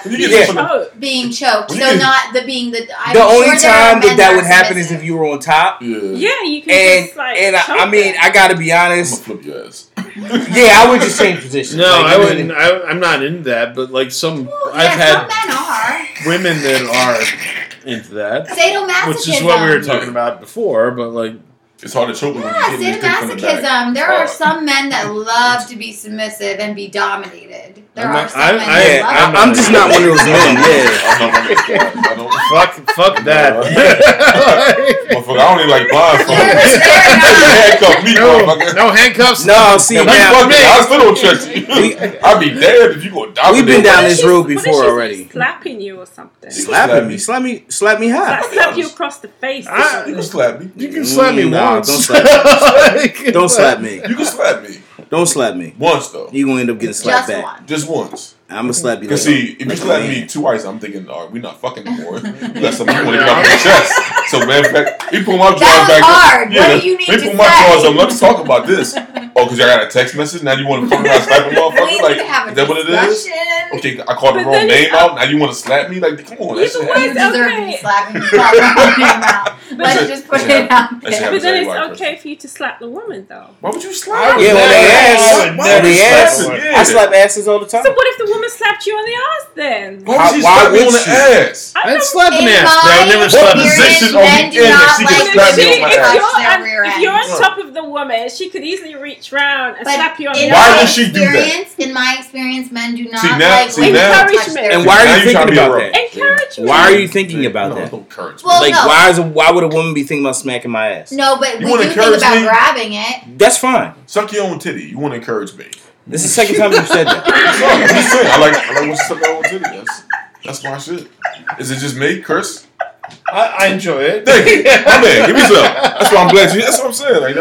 like the
You get
Yeah.
this from the-
choke?
being choked.
Yeah.
So not the being the. I'm
the only
sure there are
time that
men
that
are
would happen is
submissive.
if you were on top.
yeah.
Yeah, you can
And
just like.
and
choke
I, I mean,
them.
I gotta be
I'm
honest.
gonna flip your ass.
Yeah, I would just change position.
No,
Like,
I
mean,
wouldn't. I, I'm not into that. But like some,
Well,
I've
yeah, some
had
men are
women that are into that,
sadomasochism,
which is what we were
Masochism.
talking about before. But like,
It's hard to choke when
Yeah,
you get this thing from the back.
sadomasochism. There are
Fuck.
some men that love to be submissive and be dominated. There
I'm
are
not-
some
I-
men
I-
that
Yeah,
love
I'm,
it.
I'm just not one of those men. Yeah.
I'm not gonna- I
fuck, fuck that.
don't, motherfucker, I don't even like blind folks.
They're- they're not-
Handcuff me,
no,
motherfucker.
no handcuffs.
No, see
If you
now
fuck me, I still don't trust you.
We-
I'd be damned if you go down
we've been
What
down
if
this
she's-
road
what if
before
she's
already.
Slapping you or something.
She-
Slapping me, slap me, slap me
Like,
high.
slap you across the face. or
I-
You
something.
can slap me.
You can slap me
Mm, nah,
once.
don't Don't slap me.
You can slap me
Don't slap me.
once though,
You gonna end up getting slapped
Just
back.
one.
just once.
I'm gonna slap you.
Cause
like-
see, if you
like a
slap
man.
me twice, I'm thinking, all right, we not fucking anymore. You got something you want to get off your chest. So matter of fact, you put my drawers
That was
back
hard.
up.
What do you need
you
to
put my
say?
drawers up. Let's talk about this. Oh, cause y'all got a text message. Now you want to fucking around slap a
We
motherfucker?
need
Like,
to have a
is that what it is?
discussion.
Okay, I called the
But
wrong
then it-
name out. Now you want to slap me? Like, come on,
Yeah, but
that
what
shit
You
happens.
is-
deserve to be
okay.
slapping slapping your mouth. Let's
it.
just put
That's
it out
That's
there.
But
it.
then
White
it's
person.
okay for you to slap the woman though.
Why would you slap?
Yeah,
Never.
when they
I
ass,
would
when they
never slap
ass,
someone.
I slap asses all the time.
So what if the woman slapped you on the ass then?
Why
How-
would she
why
slap me
would
on the
she?
ass?
I'd
I don't-
slap an
In
ass, but I'd
my
never slap
What
a
experience,
bitch.
position on the
men do
end that
not
she
like
can
If,
slap
she,
me on
if,
my
Touch
ass?
their
you're on,
rear
if
end.
you're on
Right.
top of the woman, she could easily reach round and
But
slap you on the
in
Why
my
would
ass.
she do that?
experience- In my experience, men do not
See, now-
like
see,
women
now-
who touch
Encouragement.
and
their
why
Now
are
you
you
trying
thinking
to be
about
wrong.
that?
Encouragement.
Why are you thinking about
no,
that?
Don't encourage me.
Well,
Like,
no.
why is a, why would a woman be thinking about smacking my ass?
No, but
You
we
wanna
do think
encourage
about
me?
grabbing it.
That's fine.
Suck your own titty. You want to encourage me.
This is the second time you've said that.
No, I'm just saying. I like I like when she suck her own titty. That's that's my shit. Is it just me, Chris?
I, I enjoy it.
Thank you. My man, give me some. That's why I'm glad you. That's what I'm saying. Like, I,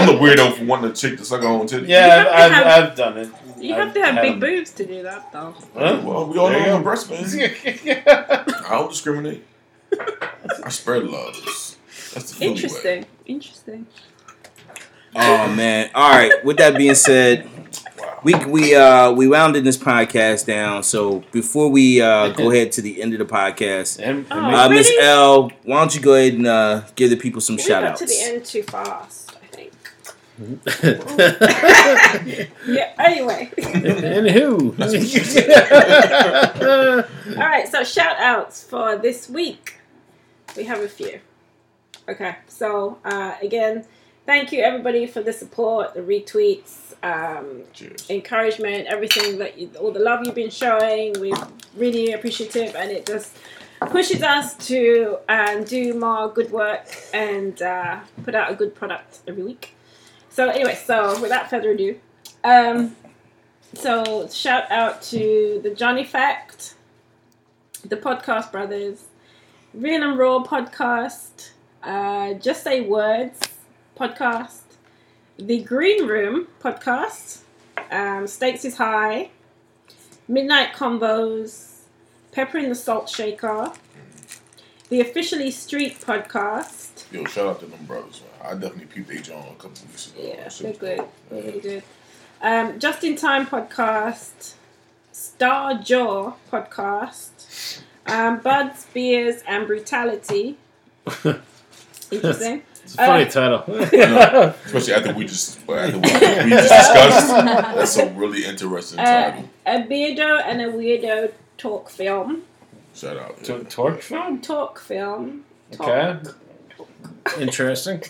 am the weirdo for wanting a chick to suck her own titty.
Yeah,
You have to
I've, I've,
have-
I've done it.
You
I've
have to have
had
big
Um,
'em.
boobs to do that, though.
Huh?
Well, we all
There you
know I'm
go.
breast man.
Oh.
I don't discriminate. I spread love. That's the Philly way.
Interesting. Interesting.
Oh man! All right. With that being said, we we uh we rounded this podcast down. So before we uh go ahead to the end of the podcast,
And,
Oh,
uh, Miss
really?
L, why don't you go ahead and uh, give the people some
We
shout
got
outs?
to the end too fast, I think.
and,
Yeah, anyway.
Um, and who?
All right, so shout outs for this week. We have a few. Okay, so uh, again, thank you everybody for the support, the retweets, um,
Cheers.
encouragement, everything that you, all the love you've been showing. We're really appreciative, and it just pushes us to um, do more good work and uh, put out a good product every week. So, anyway, so without further ado, um, so shout out to the Johnny Fact, the Podcast Brothers, Real and Raw Podcast, uh, Just Say Words Podcast, the Green Room Podcast um, Stakes is High, Midnight Combos, Pepper in the Salt Shaker, the Officially Street podcast.
Yo, shout out to them brothers. Man. I definitely peeped they John a couple weeks ago.
Yeah,
Shit
they're
was
good. They're
Yeah.
really good. Um, Just in Time podcast, Star Jaw podcast, um, Buds, Beers, and Brutality. Interesting.
It's a funny
Uh,
title.
Especially after we just well, after we, we just discussed. That's a really interesting
Uh,
title.
A Beardo and a Weirdo talk film.
Shout out.
Tor- Torque film?
Talk film. Talk.
Okay. Interesting.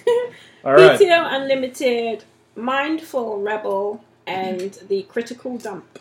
All right.
PTO Unlimited, Mindful Rebel, and the Critical Dump.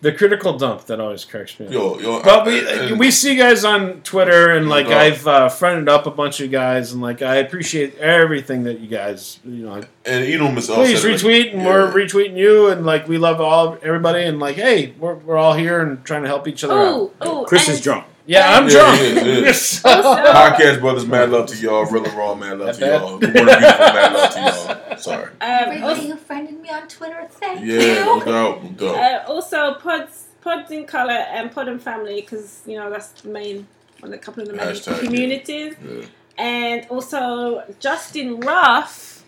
The critical dump that always cracks me up.
Yo, yo.
But
I-
we uh,
I-
we see guys on Twitter, and like
Yeah.
I've uh, friended up a bunch of guys, and like I appreciate everything that you guys, you know.
and you know Miss L
Please
said it, like,
retweet, and
yeah.
we're retweeting you, and like we love all everybody, and like hey, we're, we're all here and trying to help each other out.
Oh, oh,
Chris is
and
drunk.
Yeah, I'm
Yeah,
drunk.
yeah, yeah.
Yes.
Also,
Podcast brothers, mad love to y'all. Real and raw, mad love
Not
to
bad.
y'all. The Warner Beautiful, mad love to y'all. Sorry.
um,
Everybody
also,
who friended me on Twitter, thank
Yeah,
you.
no doubt, no doubt.
uh, also Pods, Pods in Color and Pod and Family, because you know that's the main one, a couple of the main
Hashtag, yeah.
communities,
Yeah.
and also Justin Ruff,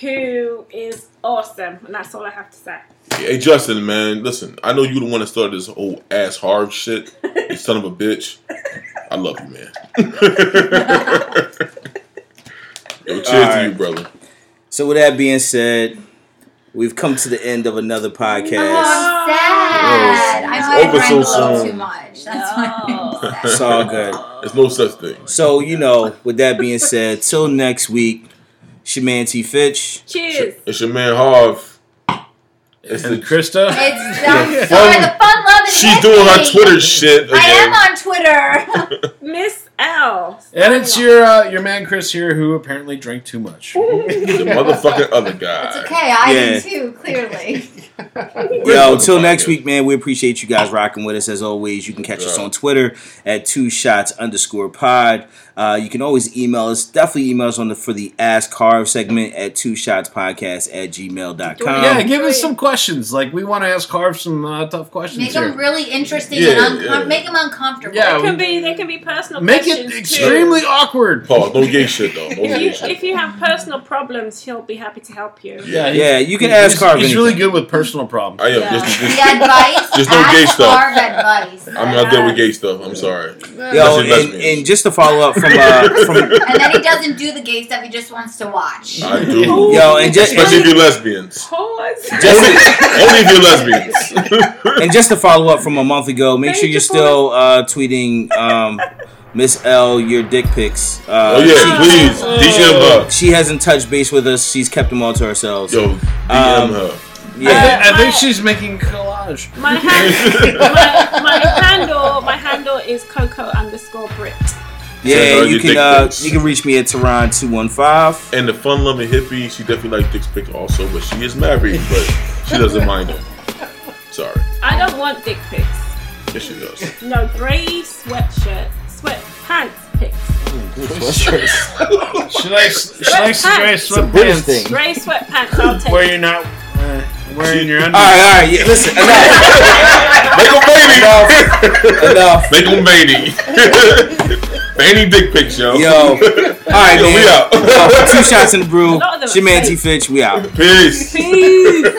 who is awesome, and that's all I have to say.
Hey Justin, man, listen. I know you the one that started this whole ass hard shit. You son of a bitch. I love you, man. Yo, cheers to you,
Alright.
brother.
So with that being said, we've come to the end of another podcast.
Oh, I'm sad. I know I
Over
drank a
so
little
soon.
too much. That's why I'm sad.
It's all good.
There's no such thing.
So you know, with that being said, till next week, Shamanti Fitch.
Cheers.
It's your man Harv. It's
And
the
Krista,
It's I'm sorry,
Fun-
the fun loving.
She's doing her
Etsy.
Twitter shit again.
I am on Twitter.
Miss L.
and it's your uh, your man Chris here, who apparently drank too much.
the motherfucking other
it's
guy.
okay.
Yeah.
I did too. Clearly.
Yo, till next week, man. We appreciate you guys rocking with us as always. You can catch us on Twitter at two shots underscore pod. Uh, you can always email us. Definitely email us on the for the Ask Harv segment at two shots podcast at gmail.com.
yeah, give us some questions. Like we want to ask Harv some uh, tough questions
Make
here.
them really interesting
Yeah,
and uncom-
yeah.
make them uncomfortable.
Yeah.
They can be they can be personal.
Make
questions
it
too.
extremely awkward.
Paul, no gay shit though. No
If
gay
you,
shit.
if you have personal problems, he'll be happy to help you.
Yeah.
he-
Yeah, you can
he's-
ask Harv
He's really
anything.
good with personal problems.
I am.
Yeah.
Just,
The
just,
advice.
There's no gay
ask
stuff.
Barb advice.
I'm not there with gay stuff. I'm sorry.
Yo,
Unless you're
and,
lesbian.
and just to follow up from uh, from
and then he doesn't do the gay stuff. He just wants to watch.
I do.
yo, and just
Especially if you're lesbians.
Pause.
Only, only if you're lesbians.
and just to follow up from a month ago, make
Thank
sure you're
you for
still uh, tweeting um, Miss L your dick pics. Uh,
oh yeah, please DM her.
she, she hasn't touched base with us. She's kept them all to herself.
Yo, DM
Um,
her.
I,
Yeah.
thi- I think she's making collage.
My, hand, my, my handle my handle is Coco underscore Brit.
Send
Yeah,
her
you
your
can
dick
uh,
pics.
you can reach me at Tehran two one five.
And the fun loving hippie, she definitely likes dick pic also, but she is married, but she doesn't mind them. Sorry.
I don't want dick pics.
Yes, she does.
No grey sweatshirt, sweat pants picks.
Should I, should I
Sweatpants.
wear
It's
a British
sweatpants?
thing.
Grey sweatpants, I'll take.
Where you're not uh, wearing your
All
underwear.
right, all right. Yeah, listen, enough,
Make a baby.
enough.
Make them baby. Any dick pics, yo.
Yo, all right,
Yo,
man.
we out.
Yo, two shots in the brew.
lot of them are
Shaman T.
fake.
Fitch, we out.
Peace.
Peace.